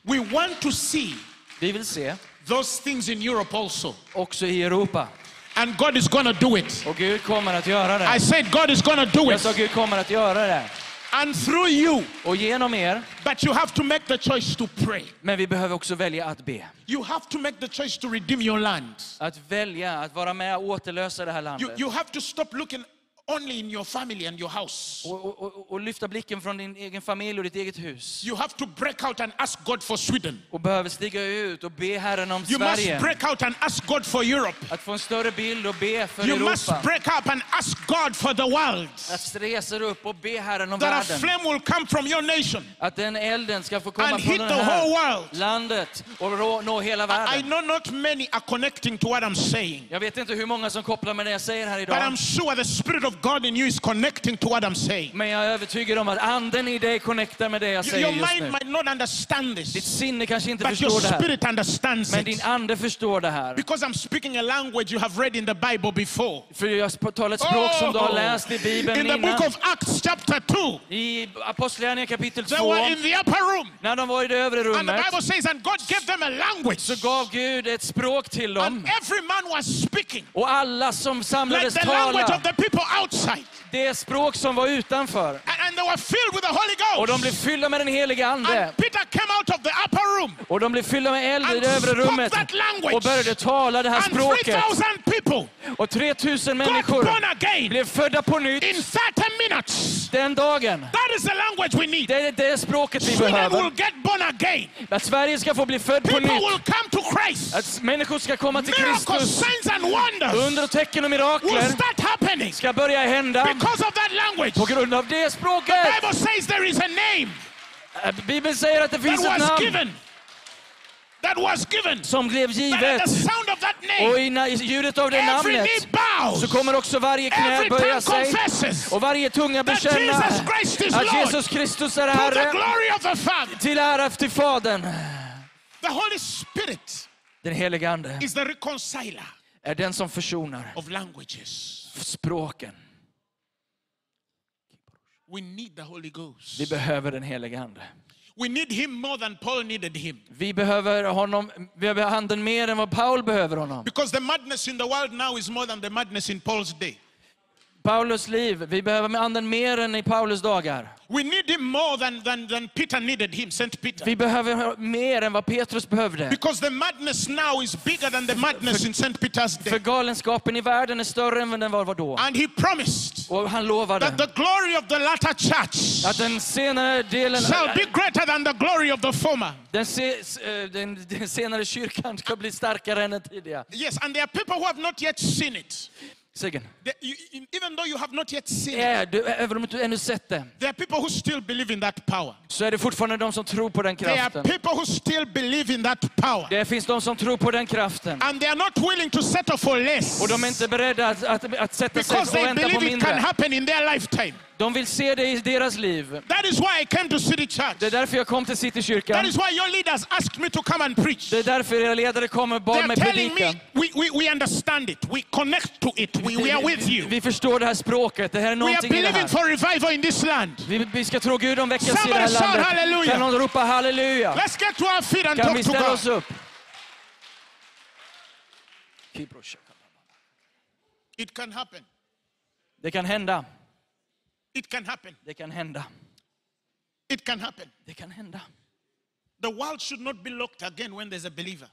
S2: We want to see
S1: Vi vill se
S2: those things in Europe also.
S1: också i Europa.
S2: And God is going to do it.
S1: Och Gud kommer att göra
S2: I
S1: det.
S2: said, God is going to do
S1: Jag sa
S2: it.
S1: Gud kommer att göra det.
S2: And through you.
S1: Och genom er.
S2: But you have to make the choice to pray.
S1: Men vi behöver också välja att be.
S2: You have to make the choice to redeem your land.
S1: Att välja att vara med och återlösa det här
S2: You,
S1: landet.
S2: you have to stop looking only in your family and your house.
S1: Och, och, och, och lyfta blicken från din egen familj och ditt eget hus.
S2: You have to break out and ask God for Sweden.
S1: Och behöver stiga ut och be Herren om
S2: You must
S1: Sverige.
S2: break out and ask God for Europe.
S1: Att få en större bild och be för
S2: You must
S1: Europa.
S2: break up and ask God for the world.
S1: Att resa er upp och be Herren om
S2: That a
S1: världen.
S2: flame will come from your nation.
S1: Att den elden ska få komma
S2: And
S1: från
S2: hit
S1: det
S2: the whole
S1: här
S2: world.
S1: landet och rå, nå hela
S2: I
S1: världen.
S2: know not many are connecting to what I'm saying,
S1: Jag vet inte hur många som kopplar med det jag säger här
S2: but I'm
S1: idag.
S2: sure the Spirit of of God in you is connecting to what I'm saying.
S1: Men jag är övertygad om att anden i dig connectar med det jag
S2: Your,
S1: säger
S2: your
S1: just
S2: mind
S1: nu.
S2: might not understand
S1: Ditt
S2: this,
S1: sinne kanske inte
S2: but your
S1: förstår det här.
S2: spirit understands
S1: Men din
S2: it.
S1: ande förstår det här.
S2: Because I'm speaking a language you have read in the Bible before.
S1: För jag sp- talar ett språk som du har
S2: Oh!
S1: läst i
S2: in
S1: Bibeln
S2: the book
S1: innan.
S2: of Acts, chapter 2,
S1: I Apostlagärningarna kapitel 2,
S2: they were in the upper room.
S1: när de var i det övre
S2: And the
S1: rummet,
S2: Bible says, and God gave them a language.
S1: så gav Gud ett språk till
S2: And
S1: dem.
S2: every man was speaking
S1: Och alla som
S2: like
S1: samlades
S2: the language of
S1: talade
S2: the people outside.
S1: det språk som var utanför.
S2: And, and they were filled with the Holy
S1: Och de blev
S2: Ghost.
S1: fyllda med den heliga Ande.
S2: And Peter came out of the upper room
S1: Och de blev fyllda med eld i
S2: and
S1: det övre
S2: spoke
S1: rummet
S2: that
S1: och
S2: language.
S1: började tala det här
S2: And
S1: språket.
S2: 3,000 people
S1: Och 3000
S2: got
S1: människor
S2: born again
S1: blev födda på nytt
S2: in 30 minutes.
S1: den dagen.
S2: That is the language we need.
S1: Det är det språket vi
S2: Sweden will
S1: behöver.
S2: get born again.
S1: Att Sverige ska få bli född på
S2: People
S1: nytt.
S2: will come to Christ.
S1: Att människor ska komma till
S2: Miracles,
S1: Kristus.
S2: signs, and wonders
S1: Under och tecken och
S2: will
S1: mirakler
S2: start happening
S1: ska börja hända
S2: because of that language.
S1: på grund av det språket.
S2: Bible says there is a name
S1: Bibeln säger att det
S2: that
S1: finns ett
S2: was
S1: namn
S2: given. That was given.
S1: som blev
S2: That Oh, at
S1: givet.
S2: the sound of that
S1: Och
S2: name,
S1: i na- i ljudet av det
S2: every
S1: namnet
S2: knee bows,
S1: så kommer också varje knä
S2: every tongue
S1: böja sig
S2: confesses to
S1: och varje tunga
S2: That
S1: bekänna
S2: Jesus Christ is
S1: att
S2: Lord.
S1: Jesus Kristus är
S2: the
S1: Herre.
S2: glory of the Father.
S1: Till ära till Fadern.
S2: The Holy Spirit
S1: Den helige Ande
S2: is the reconciler
S1: är den som försonar
S2: of languages.
S1: språken.
S2: We need the Holy Ghost.
S1: Vi behöver den helige Ande.
S2: We need him more than Paul needed him.
S1: Vi behöver honom, vi behöver handen mer än vad Paul behöver honom.
S2: Because the madness in the world now is more than the madness in Paul's day.
S1: Paulus liv, vi behöver med anden mer än i Paulus dagar.
S2: We need him more than, than, than Peter needed him, St. Peter.
S1: Vi behöver mer än vad Petrus behövde.
S2: Because the madness now is bigger than the madness in St. Peter's
S1: För
S2: day.
S1: galenskapen i världen är större än vad den var vad då.
S2: And he promised
S1: Och han
S2: that
S1: lovade
S2: the glory of the latter church
S1: att den senare delen,
S2: shall be greater than the glory of the former.
S1: den, se, eh, den, den senare kyrkan ska bli starkare än den tidiga.
S2: Yes, and there are people who have not yet seen it.
S1: Segern.
S2: They- you- you- even though you have not yet seen it,
S1: Är du, även om du inte ännu sett det,
S2: there are people who still believe in that power.
S1: så är det fortfarande de som tror på den
S2: There are
S1: kraften.
S2: people who still believe in that power.
S1: Det finns de som tror på den kraften.
S2: And they are not willing to settle for less
S1: Och de är inte beredda att, att, att sätta sig
S2: because
S1: och
S2: they
S1: vänta på
S2: believe it can
S1: mindre.
S2: happen in their lifetime.
S1: De vill se det i deras liv.
S2: That is why I came to City Church.
S1: Det är därför jag kom till
S2: That
S1: Citykyrkan.
S2: is why your leaders asked me to come and preach.
S1: Det är därför era ledare kommer och bad
S2: They're
S1: mig
S2: telling
S1: predika.
S2: me we, we, we understand it. We connect to it. We, we are with you.
S1: Vi förstår det här språket. Det här är
S2: We are
S1: någonting i det
S2: believing
S1: här.
S2: for revival in this land.
S1: Vi, vi ska tro Gud om veckan i det
S2: Somebody
S1: här
S2: shout
S1: landet.
S2: hallelujah.
S1: Kan någon ropa halleluja?
S2: Let's get to our feet and
S1: Kan
S2: talk
S1: vi
S2: to
S1: ställa
S2: God.
S1: oss upp?
S2: It can happen.
S1: Det kan hända.
S2: It can happen.
S1: Det kan hända.
S2: It can happen.
S1: Det kan hända.
S2: The world should not be locked again when there's a believer.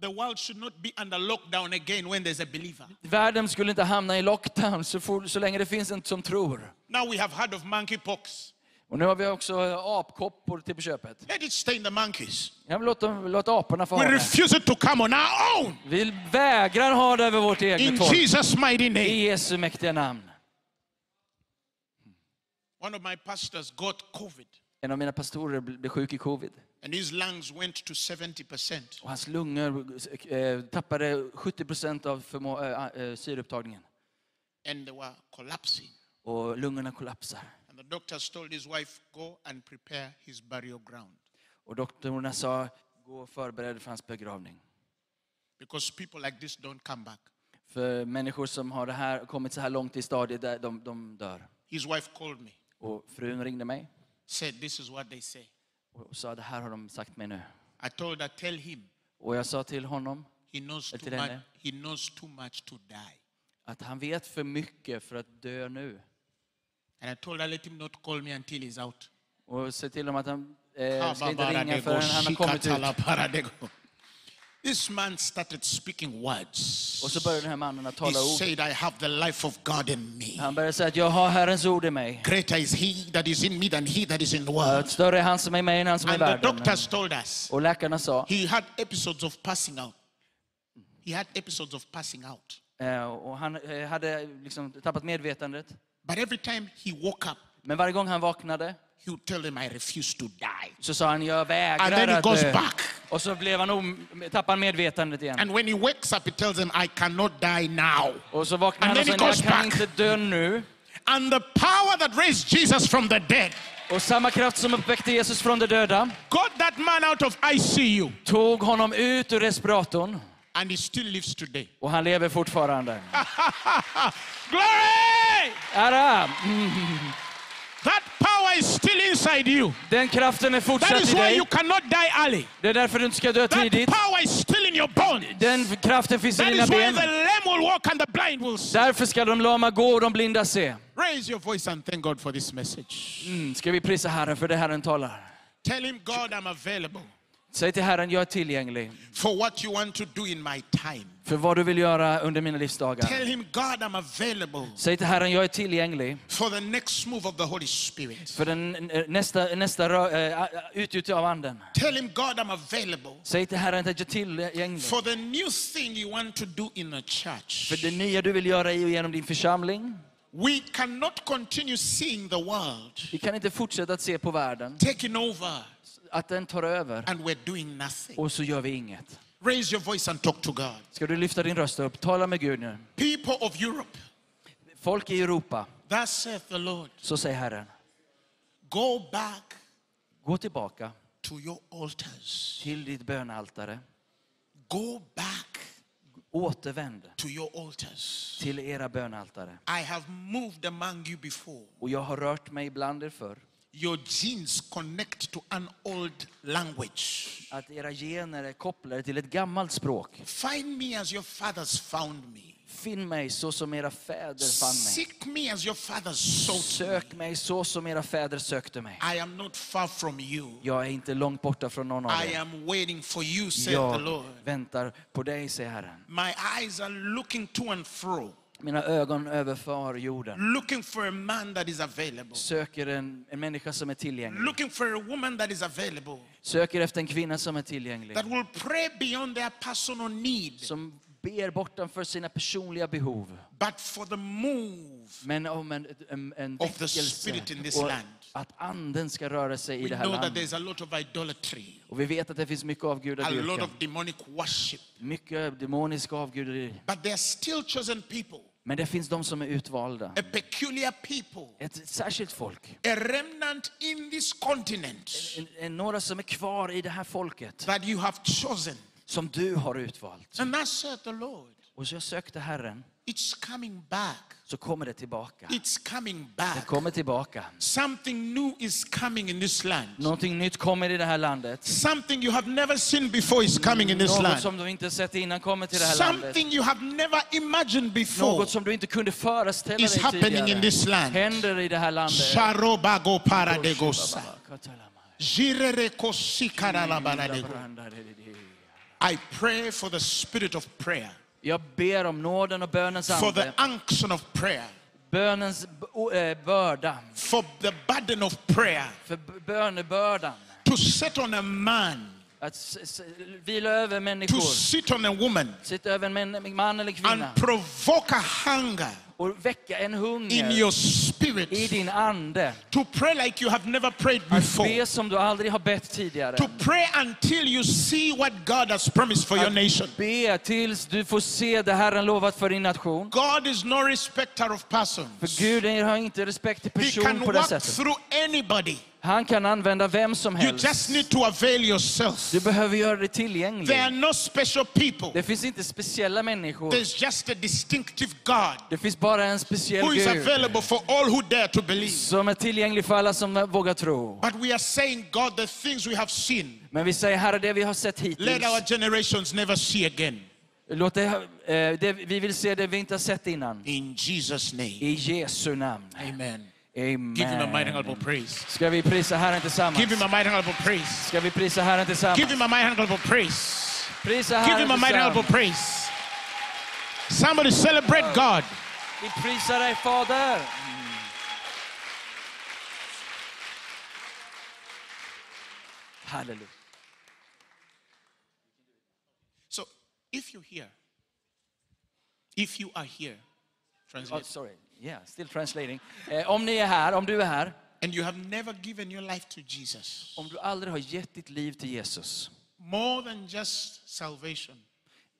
S2: The world should not be under lockdown again when there's a believer.
S1: Världen skulle inte hamna i lockdown så, for, så länge det finns en som tror.
S2: Now we have heard of monkeypox.
S1: Och nu har vi också eh, apkoppor till på köpet.
S2: Let it stay in the monkeys.
S1: Jag vill låta, låta aporna få ha
S2: We
S1: det.
S2: refuse it to come on our own.
S1: Vi vägrar ha det över vårt
S2: In
S1: eget folk.
S2: Jesus' mighty name.
S1: I Jesu mäktiga namn.
S2: One of my pastors got COVID
S1: En av mina pastorer bl- blev sjuk i covid.
S2: and his lungs went to 70%.
S1: Och hans lungor eh, tappade 70 procent av förmå- eh, eh, syreupptagningen.
S2: and they were collapsing.
S1: Och lungorna kollapsar.
S2: And the doctors told his wife, Go and prepare his burial ground.
S1: Och doktorerna sa, gå och förbered för hans begravning.
S2: Because people like this don't come back.
S1: För människor som har det här, kommit så här långt i stadiet, där de, de dör.
S2: His wife called me,
S1: Och frun ringde mig
S2: said, This is what they say.
S1: och sa, det här har de sagt mig nu.
S2: I told her, Tell him
S1: Och jag sa till honom
S2: he knows too
S1: did I
S2: much,
S1: know?
S2: he knows too much to die.
S1: att han vet för mycket för att dö nu.
S2: And I told her, Let him not call me until he's out.
S1: Och se till om att han eh, ska inte ringa förrän han har kommit ut.
S2: Shikatalaparadego. This man started speaking words.
S1: Och så började den här mannen att
S2: He
S1: tala ord.
S2: said, I have the life of God in me.
S1: Han började säga att jag har Herrens ord i mig.
S2: Greater is he that is in me than he that is in the world.
S1: Att större är han som är i mig än han som är i
S2: And the
S1: världen.
S2: doctors told us,
S1: Och läkarna sa,
S2: He had episodes of passing out. He had episodes of passing out.
S1: eh, och han eh, hade liksom tappat medvetandet.
S2: But every time he woke up,
S1: Men varje gång han vaknade
S2: he would tell them, I refuse to die.
S1: Så sa han, jag
S2: And then
S1: vägrar
S2: he
S1: att
S2: goes
S1: dö.
S2: back.
S1: Och så blev han om, tappade han medvetandet igen.
S2: And when he wakes up, he tells them, I cannot die now.
S1: Och så vaknade
S2: and
S1: han och
S2: then
S1: sa,
S2: he
S1: jag
S2: goes
S1: kan
S2: back."
S1: inte dö nu.
S2: And the power that raised Jesus from the dead
S1: Och samma kraft som uppväckte Jesus från de döda
S2: got that man out of ICU.
S1: tog honom ut ur respiratorn.
S2: And he still lives today. Ah,
S1: Och han lever fortfarande.
S2: Glory!
S1: Ära! Mm.
S2: That power is still inside you.
S1: Den kraften är
S2: That
S1: fortsatt i
S2: is why
S1: dig.
S2: you cannot die early.
S1: Det är därför du inte ska dö
S2: That
S1: tidigt.
S2: power is still in your bones.
S1: Den kraften finns i
S2: That
S1: dina
S2: is why
S1: ben.
S2: the lame will walk and the blind will see.
S1: Därför ska de lama gå och de blinda se.
S2: Raise your voice and thank God for this message.
S1: Mm. Ska vi prisa Herren för det Herren talar?
S2: Tell Him, God, I'm available
S1: Säg till Herren, jag är tillgänglig
S2: for what you want to do in my time.
S1: för vad du vill göra under mina livsdagar.
S2: Tell Him, God, I'm available
S1: Säg till Herren, jag är tillgänglig
S2: for the next move of the Holy Spirit.
S1: för den, eh, nästa, nästa rö- eh, utgjutelse av Anden.
S2: Tell Him, God, I'm available
S1: Säg till Herren att jag är tillgänglig
S2: for the new thing you want to do in a church.
S1: för det nya du vill göra i och genom din församling.
S2: We cannot continue seeing the world
S1: Vi kan inte fortsätta att se på världen,
S2: taking over
S1: att den tar över
S2: and we're doing nothing.
S1: och så gör vi inget.
S2: Raise your voice and talk to God.
S1: Ska du lyfta din röst upp? Tala med Gud nu.
S2: People of Europe,
S1: Folk i Europa,
S2: thus saith the Lord,
S1: så säger Herren,
S2: go back
S1: gå tillbaka
S2: to your altars.
S1: till ditt bönaltare.
S2: Go back
S1: Återvänd
S2: to your altars.
S1: till era bönaltare.
S2: I have moved among you before.
S1: Och jag har rört mig bland er förr.
S2: Your genes connect to an old language.
S1: Att era gener är kopplade till ett gammalt språk.
S2: Find me as your fathers found me.
S1: Finn mig så som era fäder fann mig.
S2: Seek me as your fathers sought. me.
S1: Sök mig så som era fäder sökte mig.
S2: I am not far from you.
S1: Jag är inte långt borta från någon av
S2: I
S1: er.
S2: am waiting for you, saith the
S1: Jag
S2: Lord.
S1: väntar på dig, säger Herren.
S2: My eyes are looking to and fro,
S1: Mina ögon överför jorden.
S2: looking for a man that is available,
S1: Söker en, en människa som är tillgänglig.
S2: looking for a woman that is available,
S1: Söker efter en kvinna som är tillgänglig.
S2: that will pray beyond their personal need,
S1: Som ber bortanför sina personliga behov.
S2: but for the move.
S1: Men om en, en, en
S2: Of the
S1: väckelse
S2: spirit in this
S1: och
S2: land.
S1: att anden ska röra sig i
S2: We
S1: det här
S2: know that
S1: landet.
S2: there's a lot of idolatry,
S1: Och vi vet att det finns mycket
S2: a lot
S1: avgudadyrkan.
S2: of demonic worship,
S1: Mycket demonisk avguderi.
S2: but there are still chosen people,
S1: Men det finns de som är utvalda.
S2: a peculiar people,
S1: Ett särskilt folk.
S2: a remnant in this continent
S1: En, en, några som är kvar i det här folket.
S2: that you have chosen.
S1: Som du har utvalt.
S2: And that saith the Lord.
S1: Och så jag sökte Herren,
S2: It's coming back.
S1: så kommer det tillbaka.
S2: It's coming
S1: Det
S2: back.
S1: kommer tillbaka.
S2: Something new is coming in this land.
S1: Någonting nytt kommer i det här landet.
S2: Something you have never seen before is coming in this
S1: Något
S2: land.
S1: som du inte sett innan kommer till det här landet.
S2: Something you have never imagined before
S1: Något som du inte kunde föreställa
S2: is
S1: dig
S2: happening in
S1: tidigare
S2: this land.
S1: händer i det här landet.
S2: Sharobago paradegosa. Jirerekosikaralabaladego. I pray for the spirit of prayer,
S1: Jag ber om nåden och bönens
S2: for the
S1: ande,
S2: unction of prayer,
S1: bönens b- o- eh, börda,
S2: for the burden of prayer
S1: för b- bönebördan.
S2: to sit on a man,
S1: Att s- s- vila över
S2: to
S1: människor,
S2: sit on a woman,
S1: sitta över en män- man eller
S2: and
S1: kvinna
S2: provoke a hunger
S1: och väcka en
S2: in
S1: hunger
S2: your spirit
S1: i din ande.
S2: to pray like you have never prayed
S1: Att
S2: before.
S1: be som du aldrig har bett tidigare.
S2: To pray until you see what God has promised for your nation.
S1: Be tills du får se det Herren lovat för din nation.
S2: God is no respecter of persons.
S1: För Gud har inte respekt till
S2: He
S1: person
S2: can
S1: på det
S2: walk
S1: sättet.
S2: through anybody.
S1: Han kan använda vem som
S2: You
S1: helst.
S2: just need to avail yourself.
S1: Du behöver göra dig
S2: There are
S1: tillgänglig.
S2: no special people.
S1: Det finns inte speciella människor.
S2: There's just a distinctive God
S1: Det finns bara en speciell
S2: who is
S1: Gud
S2: available for all who dare to believe.
S1: som är tillgänglig för alla som vågar tro.
S2: But we are saying, God, the things we have seen,
S1: Men vi säger, Herre, det vi har sett
S2: let our
S1: hittills,
S2: generations never see again.
S1: låt det, eh, det, vi vill se det vi inte har sett innan.
S2: In Jesus' name.
S1: I Jesu namn.
S2: Amen. Give him a mighty and
S1: Amen.
S2: honorable praise.
S1: Ska vi prisa Herren
S2: Give
S1: tillsammans?
S2: him a mighty and honorable praise.
S1: Ska vi prisa Herren
S2: Give
S1: tillsammans?
S2: him a mighty and honorable praise.
S1: Prisa
S2: Give
S1: Herren
S2: him a mighty and honorable
S1: tillsammans.
S2: praise. Somebody celebrate God.
S1: Vi prisar dig, Fader. Mm. Halleluja.
S2: So, if you're here, if you are here,
S1: Oh,
S2: translate.
S1: sorry. Yeah, still translating. Eh, om ni är här, om du är här,
S2: and you have never given your life to Jesus,
S1: Om du aldrig har gett ditt liv till Jesus.
S2: more than just salvation,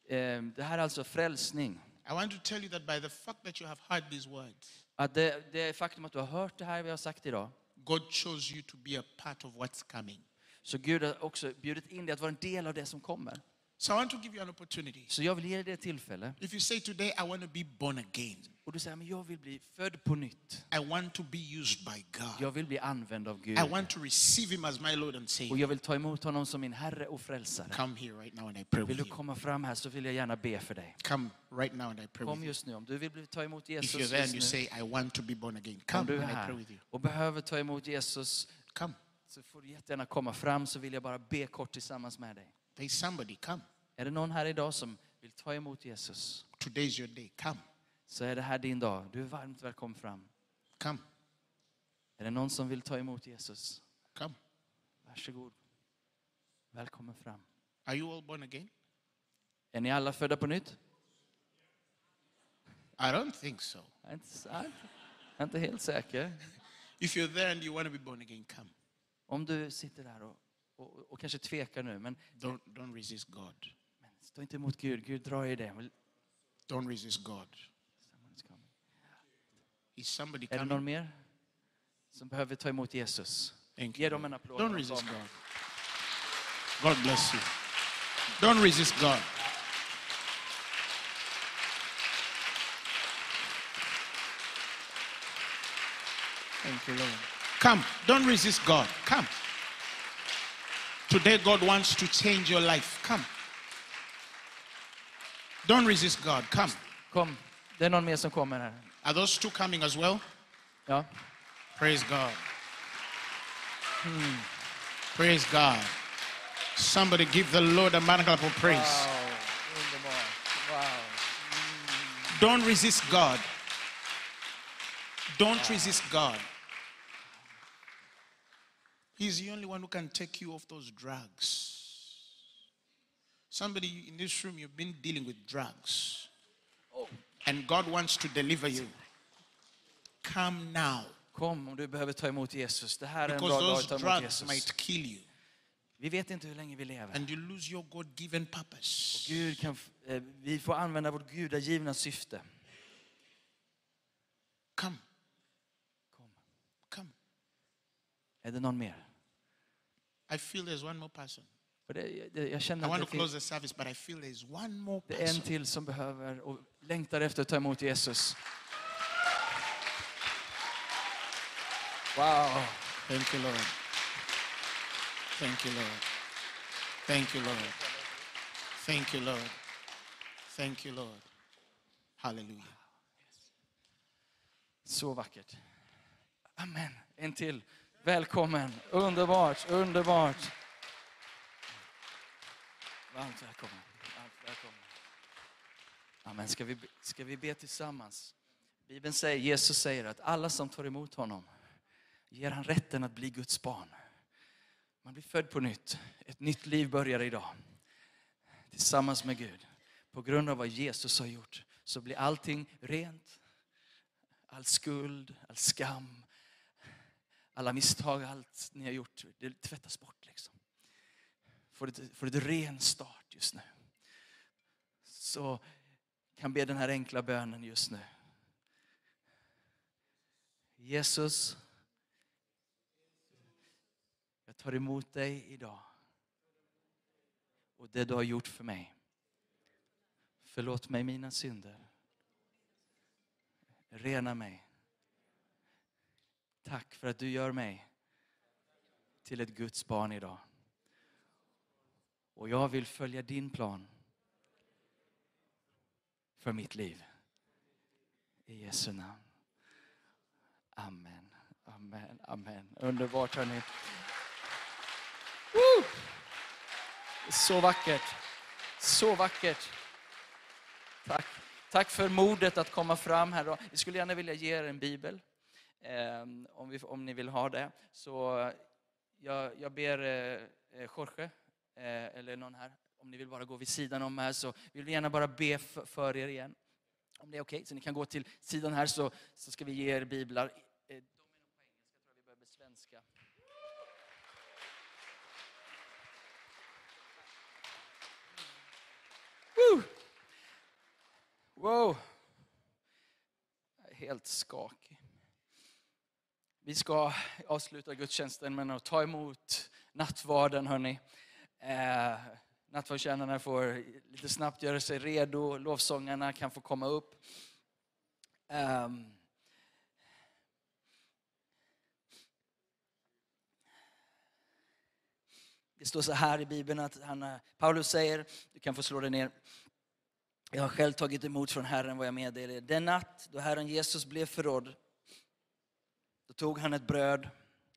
S1: Eh, Det här är alltså frälsning.
S2: I want to tell you that by the fact that you have heard these words,
S1: Att det, det faktum att du har hört det här vi har sagt idag.
S2: God chose you to be a part of what's coming.
S1: Så Gud har också bjudit in dig att vara en del av det som kommer.
S2: So I want to give you an opportunity.
S1: Så jag vill ge dig ett tillfälle.
S2: If you say today, I want to be born again,
S1: Och du säger, men jag vill bli född på nytt.
S2: I want to be used by God,
S1: Jag vill bli använd av Gud.
S2: I want to receive Him as my Lord and
S1: Och
S2: Savior,
S1: jag vill ta emot honom som min Herre och Frälsare.
S2: come here right now and I pray
S1: Vill
S2: with
S1: du
S2: you.
S1: komma fram här så vill jag gärna be för dig.
S2: Come right now and I pray with
S1: Kom
S2: you.
S1: just nu. Om du vill bli- ta emot
S2: If you're
S1: Jesus
S2: there and you
S1: just nu.
S2: say, I want to be born again,
S1: Om
S2: come
S1: du är
S2: and I pray
S1: här
S2: with you.
S1: och behöver ta emot Jesus
S2: Come.
S1: så får du jättegärna komma fram så vill jag bara be kort tillsammans med dig.
S2: There's somebody, come.
S1: Är det någon här idag som vill ta emot Jesus
S2: Today's your day. Come.
S1: så är det här din dag. Du är varmt välkommen fram.
S2: Come.
S1: Är det någon som vill ta emot Jesus?
S2: Come.
S1: Varsågod. Välkommen fram.
S2: Are you all born again?
S1: Är ni alla födda på nytt?
S2: I don't think so.
S1: Jag är inte, s- jag är inte helt säker.
S2: If you're there and you want to be born again, come.
S1: Om du sitter där och, och, och kanske tvekar nu, men,
S2: Don't, don't resist God.
S1: men stå inte emot Gud. Gud drar i dig. Well,
S2: Don't resist God.
S1: someone's coming.
S2: Is somebody
S1: Är det
S2: coming?
S1: någon mer som behöver ta emot Jesus?
S2: Thank
S1: Ge
S2: you,
S1: dem
S2: Lord.
S1: en applåd.
S2: Don't
S1: när de
S2: resist
S1: kommer.
S2: God. God bless you. Don't resist God.
S1: Thank you, Lord.
S2: Come. Don't resist God. Come. Today, God wants to change your life. Come. Don't resist God. Come.
S1: Kom, det är någon mer som kommer här.
S2: Are those two coming as well?
S1: Ja.
S2: Praise God. Hmm. Praise God. Somebody give the Lord a man clap of praise.
S1: underbart. Wow.
S2: Don't resist God. Don't resist God. He's the only one who can take you off those drugs. Somebody in this room, you've been dealing with drugs. And God wants to deliver you. Come now,
S1: Kom om du behöver ta emot Jesus. Det här är en bra dag
S2: because
S1: att ta
S2: those
S1: emot
S2: drugs might
S1: Jesus.
S2: kill you.
S1: Vi vet inte hur länge vi lever.
S2: and you lose your God given purpose.
S1: Gud kan, f- eh, vi får använda vårt gudagivna syfte.
S2: Come,
S1: Kom.
S2: come.
S1: Är det någon mer?
S2: I feel there's one more person.
S1: För det, det, jag
S2: I
S1: känner
S2: want
S1: att det,
S2: to
S1: finns,
S2: close the service, but I feel there's one more
S1: det är en
S2: person.
S1: till som behöver och längtar efter att ta emot Jesus. Wow.
S2: Thank you, Lord. Thank you, Lord. Thank you, Lord. Thank you, Lord. Thank you, Lord. Hallelujah.
S1: Så vackert. Amen. En till. Välkommen. Underbart, underbart. Varmt välkommen. Varmt välkommen. Amen. Ska vi, be- ska vi be tillsammans? Bibeln säger, Jesus säger att alla som tar emot honom ger han rätten att bli Guds barn. Man blir född på nytt. Ett nytt liv börjar idag. Tillsammans med Gud. På grund av vad Jesus har gjort så blir allting rent, all skuld, all skam, alla misstag, allt ni har gjort, det tvättas bort. Liksom. Får, ett, får ett ren start just nu. Så kan be den här enkla bönen just nu. Jesus, jag tar emot dig idag och det du har gjort för mig. Förlåt mig mina synder. Rena mig. Tack för att du gör mig till ett Guds barn idag. Och jag vill följa din plan för mitt liv. I Jesu namn. Amen, amen, amen. Underbart hörni. Woo! Så vackert. Så vackert. Tack. Tack för modet att komma fram här. då. Vi skulle gärna vilja ge er en bibel, eh, om, vi, om ni vill ha det. Så eh, jag, jag ber eh, eh, Jorge, eh, eller någon här, om ni vill bara gå vid sidan om här så vill vi gärna bara be för, för er igen. Om det är okej, så ni kan gå till sidan här så, så ska vi ge er biblar. Eh, De är nog på engelska, tror jag vi behöver svenska. Woo! Wow! Jag är helt skakig. Vi ska avsluta gudstjänsten med att ta emot nattvarden, hörni. Eh, nattvardstjänarna får lite snabbt göra sig redo, lovsångarna kan få komma upp. Ehm. det står så här i Bibeln att han, eh, Paulus säger, du kan få slå dig ner, jag har själv tagit emot från Herren vad jag meddelar er. Den natt då Herren Jesus blev förrådd, då tog han ett bröd,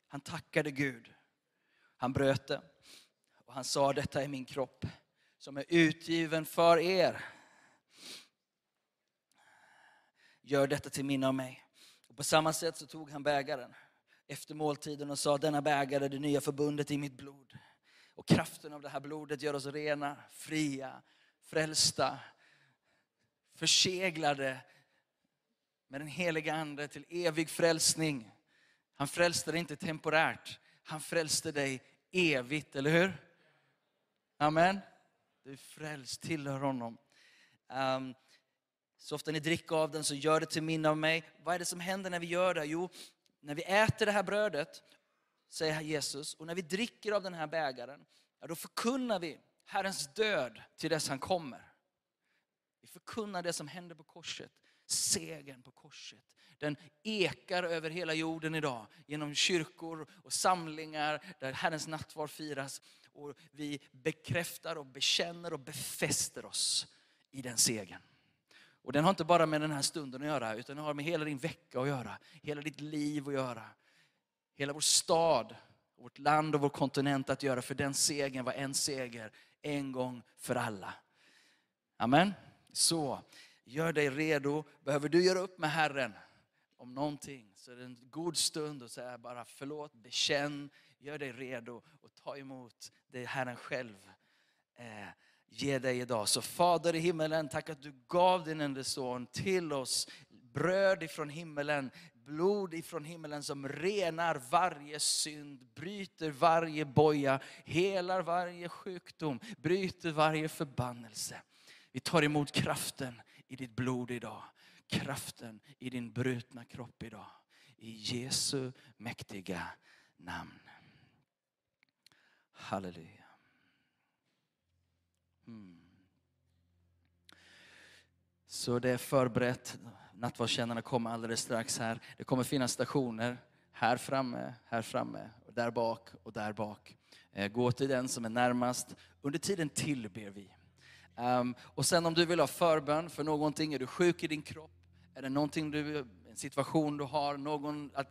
S1: han tackade Gud, han bröt det och han sa detta är min kropp som är utgiven för er. Gör detta till minne av mig. Och på samma sätt så tog han bägaren efter måltiden och sa denna bägare är det nya förbundet i mitt blod. Och kraften av det här blodet gör oss rena, fria, frälsta, förseglade med den heliga Ande till evig frälsning. Han frälste dig inte temporärt, han frälste dig evigt, eller hur? Amen. Du är frälst, tillhör honom. Ehm, så ofta ni dricker av den så gör det till minne av mig. Vad är det som händer när vi gör det? Jo, när vi äter det här brödet, säger Jesus, och när vi dricker av den här bägaren, ja, då förkunnar vi Herrens död till dess han kommer. Vi förkunnar det som hände på korset, segern på korset. Den ekar över hela jorden idag genom kyrkor och samlingar där Herrens nattvard firas. Och vi bekräftar och bekänner och befäster oss i den segern. Och den har inte bara med den här stunden att göra, utan den har med hela din vecka att göra, hela ditt liv att göra. Hela vår stad, vårt land och vår kontinent att göra, för den segern var en seger, en gång för alla. Amen. Så, gör dig redo. Behöver du göra upp med Herren om någonting så är det en god stund att säga bara förlåt, bekänn, gör dig redo och ta emot det Herren själv eh, ger dig idag. Så Fader i himmelen, tack att du gav din enda son till oss. Bröd ifrån himmelen, blod ifrån himmelen som renar varje synd, bryter varje boja, helar varje sjukdom, bryter varje förbannelse. Vi tar emot kraften i ditt blod idag. Kraften i din brutna kropp idag. I Jesu mäktiga namn. Halleluja. Mm. Så det är förberett. Nattvardskännarna kommer alldeles strax här. Det kommer finnas stationer här framme, här framme, och där bak och där bak. Eh, Gå till den som är närmast. Under tiden tillber vi. Ehm, och sen om du vill ha förbön för någonting, är du sjuk i din kropp, är det någonting du, en situation du har, någon, att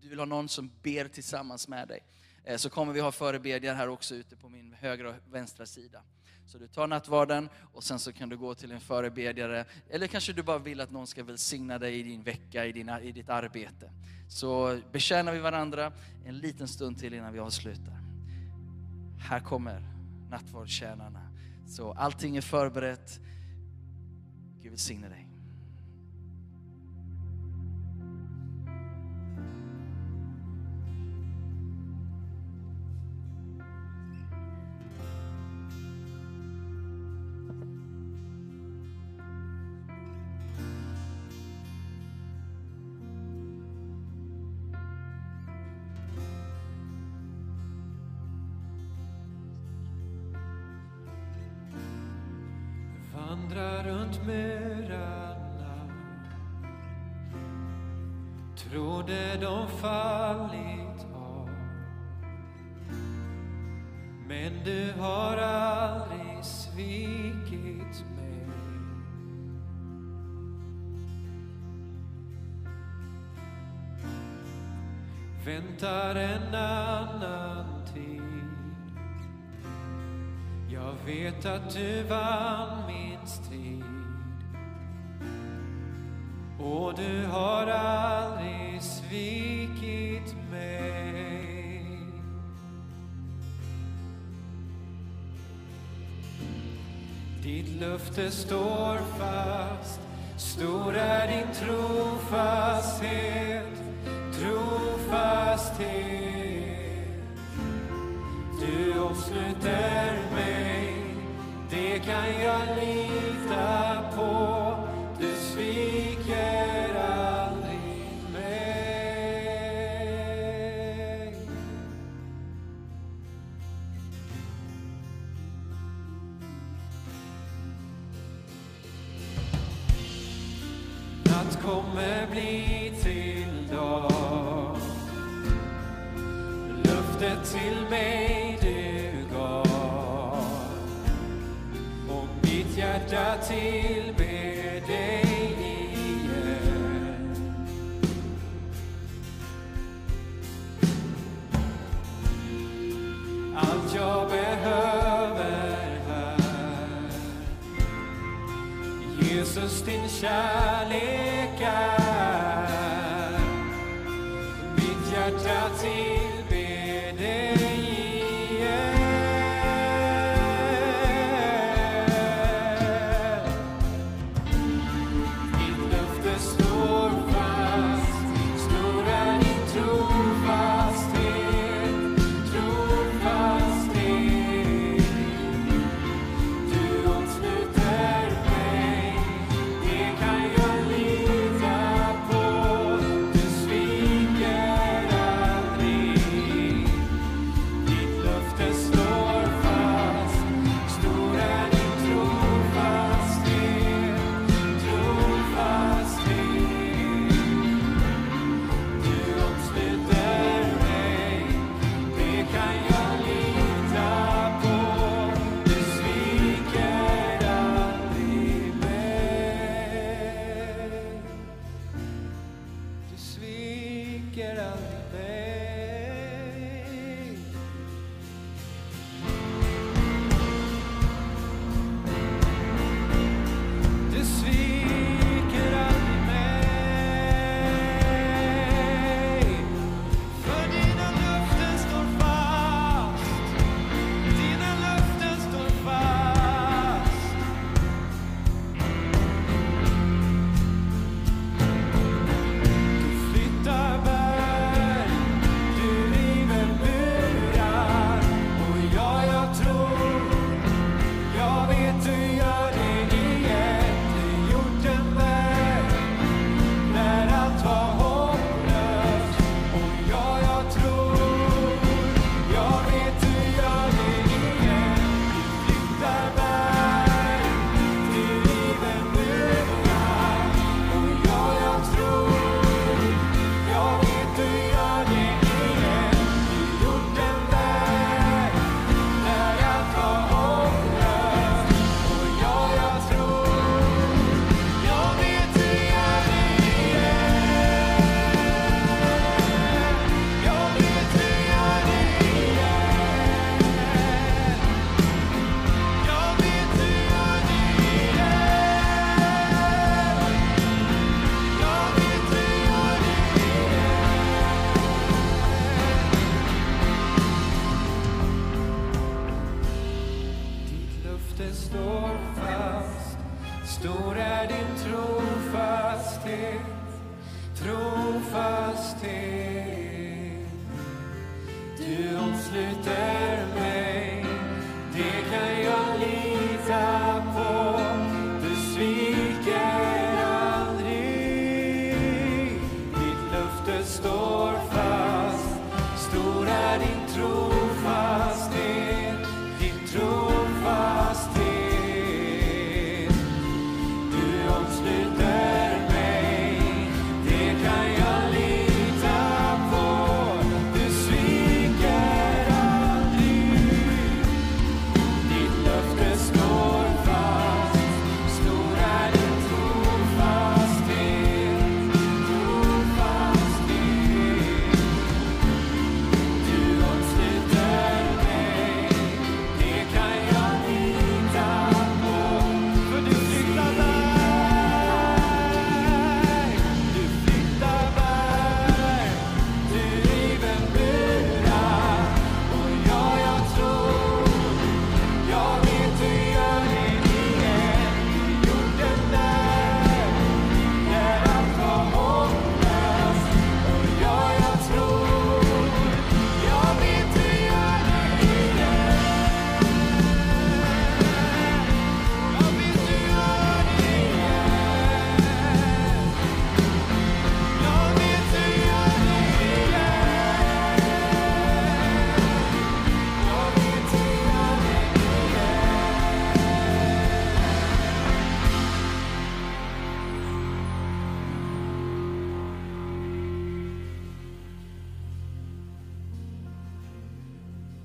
S1: du vill ha någon som ber tillsammans med dig, eh, så kommer vi ha förebedjare här också ute på min högra och vänstra sida. Så du tar nattvarden och sen så kan du gå till en förebedjare, eller kanske du bara vill att någon ska välsigna dig i din vecka, i, dina, i ditt arbete. Så betjänar vi varandra en liten stund till innan vi avslutar. Här kommer nattvardstjänarna. Så allting är förberett. Gud välsigne dig.
S3: Vandra runt murarna Trodde de fallit har Men du har aldrig svikit mig Väntar en annan tid jag vet att du vann min strid och du har aldrig svikit mig. Ditt löfte står fast, stor är din trofasthet, trofasthet sköter mig Det kan jag lita på Du sviker aldrig mig Natt kommer bli till dag Löftet till mig du gav Och mitt hjärta tillber dig igen Allt jag behöver här Jesus, din kärlek är mitt hjärta tillber dig igen. Ditt löfte står fast, stor är din trofasthet, trofasthet. Du omsluter mig, det kan jag lita på. Du sviker aldrig. Ditt löfte står fast. Stor är din trofasthet, trofasthet. Du omsluter mig, det kan jag lita på. Du sviker aldrig mig. Du sviker aldrig mig. Du sviker aldrig mig För dina löften står fast Dina löften står fast Du flyttar berg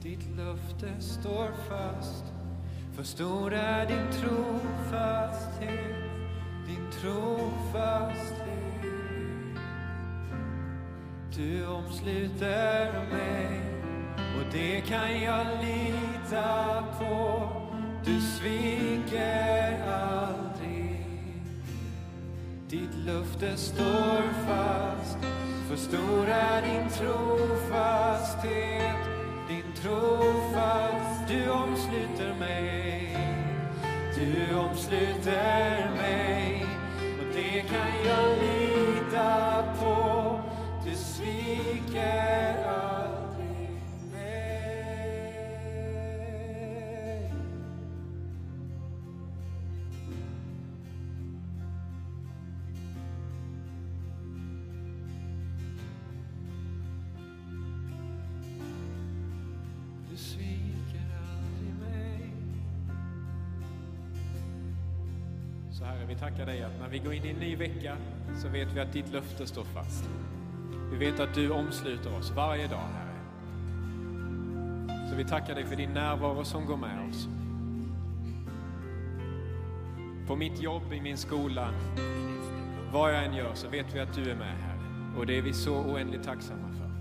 S3: ditt löfte står fast. För stor är din trofasthet, din trofasthet. Du omsluter mig och det kan jag lita på. Du sviker aldrig. Ditt löfte står fast, för stor är din trofasthet, din trofast. Du omsluter mig, du omsluter mig och det kan jag lita på. Du sviker aldrig mig. Du sviker aldrig mig.
S4: Så Herre, vi tackar dig att när vi går in i en ny vecka så vet vi att ditt löfte står fast. Vi vet att du omsluter oss varje dag, Herre. Så vi tackar dig för din närvaro som går med oss. På mitt jobb, i min skola, vad jag än gör så vet vi att du är med, Herre. Och det är vi så oändligt tacksamma för.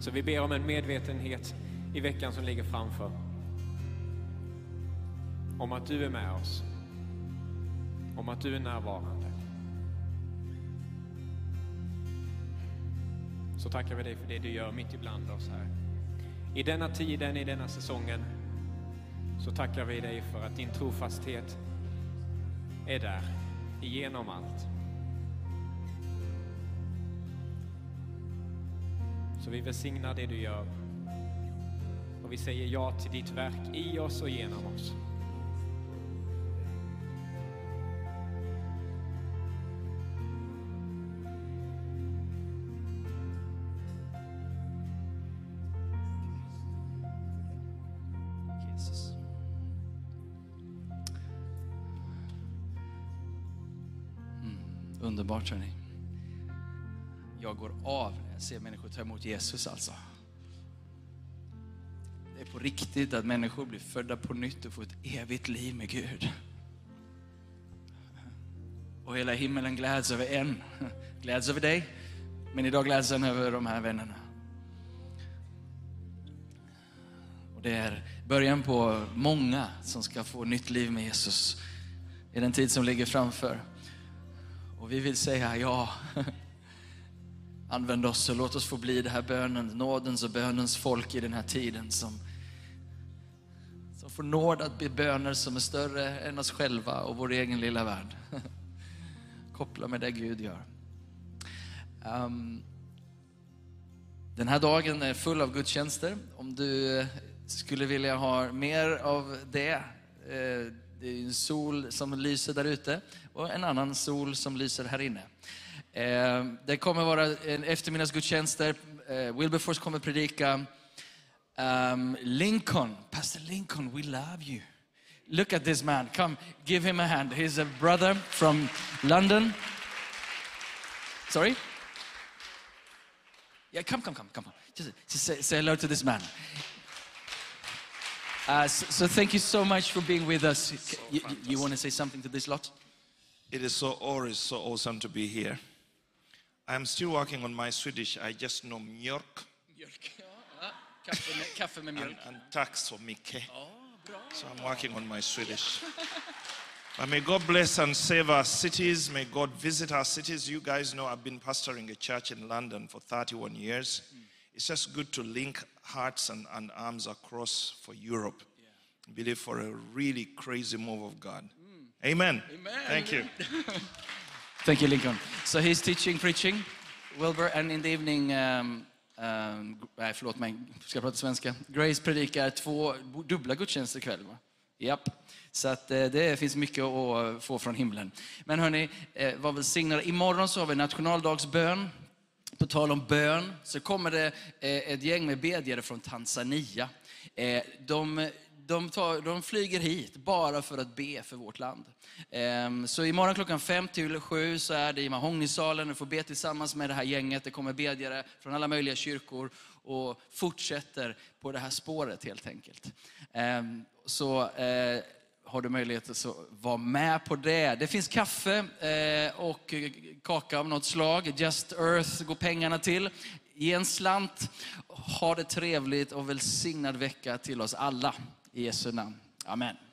S4: Så vi ber om en medvetenhet i veckan som ligger framför. Om att du är med oss. Om att du är närvarande. Så tackar vi dig för det du gör mitt ibland oss här. I denna tiden, i denna säsongen, så tackar vi dig för att din trofasthet är där, igenom allt. Så vi välsignar det du gör. Och vi säger ja till ditt verk i oss och genom oss.
S1: Jesus. Mm, underbart hörni. Jag går av när jag ser människor ta emot Jesus alltså. Det är på riktigt att människor blir födda på nytt och får ett evigt liv med Gud. Och hela himmelen gläds över en. Gläds över dig, men idag gläds den över de här vännerna. Och det är början på många som ska få nytt liv med Jesus i den tid som ligger framför. Och vi vill säga ja. Använd oss och låt oss få bli det här bönen, nådens och bönens folk i den här tiden som, som får nåd att be böner som är större än oss själva och vår egen lilla värld. Koppla med det Gud gör. Ehm, den här dagen är full av gudstjänster. Om du eh, skulle vilja ha mer av det, eh, det är ju en sol som lyser där ute och en annan sol som lyser här inne. Eh, Det kommer vara en eftermiddagsgudstjänster. Eh, Wilberforce kommer predika. Um, Lincoln, Pastor Lincoln, we love you. Look at this man. Come, give him a hand. He's a brother from London. Sorry? Yeah, come, come, come, come. on. Just, just say, say hello to this man. Uh, so, so thank you so much for being with us. you want to say something to this lot?
S5: It is so always so awesome to be here. I'm still working on my Swedish. I just know mjölk
S1: Kaffe med, kaffe med
S5: and, and tax for Mike. So I'm working on my Swedish. But may God bless and save our cities. May God visit our cities. You guys know I've been pastoring a church in London for 31 years. It's just good to link hearts and, and arms across for Europe. Believe for a really crazy move of God. Amen. Amen. Thank you.
S1: Thank you, Lincoln. So he's teaching, preaching, Wilbur, and in the evening, um, um, gr- nej, förlåt mig, ska jag prata svenska? Grace predikar två bo- dubbla gudstjänster ikväll, va? Japp. Så att eh, det finns mycket att få från himlen. Men hörni, eh, var välsignade. Imorgon så har vi nationaldagsbön. På tal om bön så kommer det eh, ett gäng med bedjare från Tanzania. Eh, de, de, tar, de flyger hit bara för att be för vårt land. Ehm, Så imorgon klockan fem till sju så är det i Mahognisalen. Du får be tillsammans med det här gänget. Det kommer bedjare från alla möjliga kyrkor. och fortsätter på det här spåret helt enkelt. Ehm, Så eh, har du möjlighet att så vara med på det. Det finns kaffe eh, och kaka av något slag. Just Earth går pengarna till. Ge en slant. Ha det trevligt och välsignad vecka till oss alla. I Jesu namn. Amen.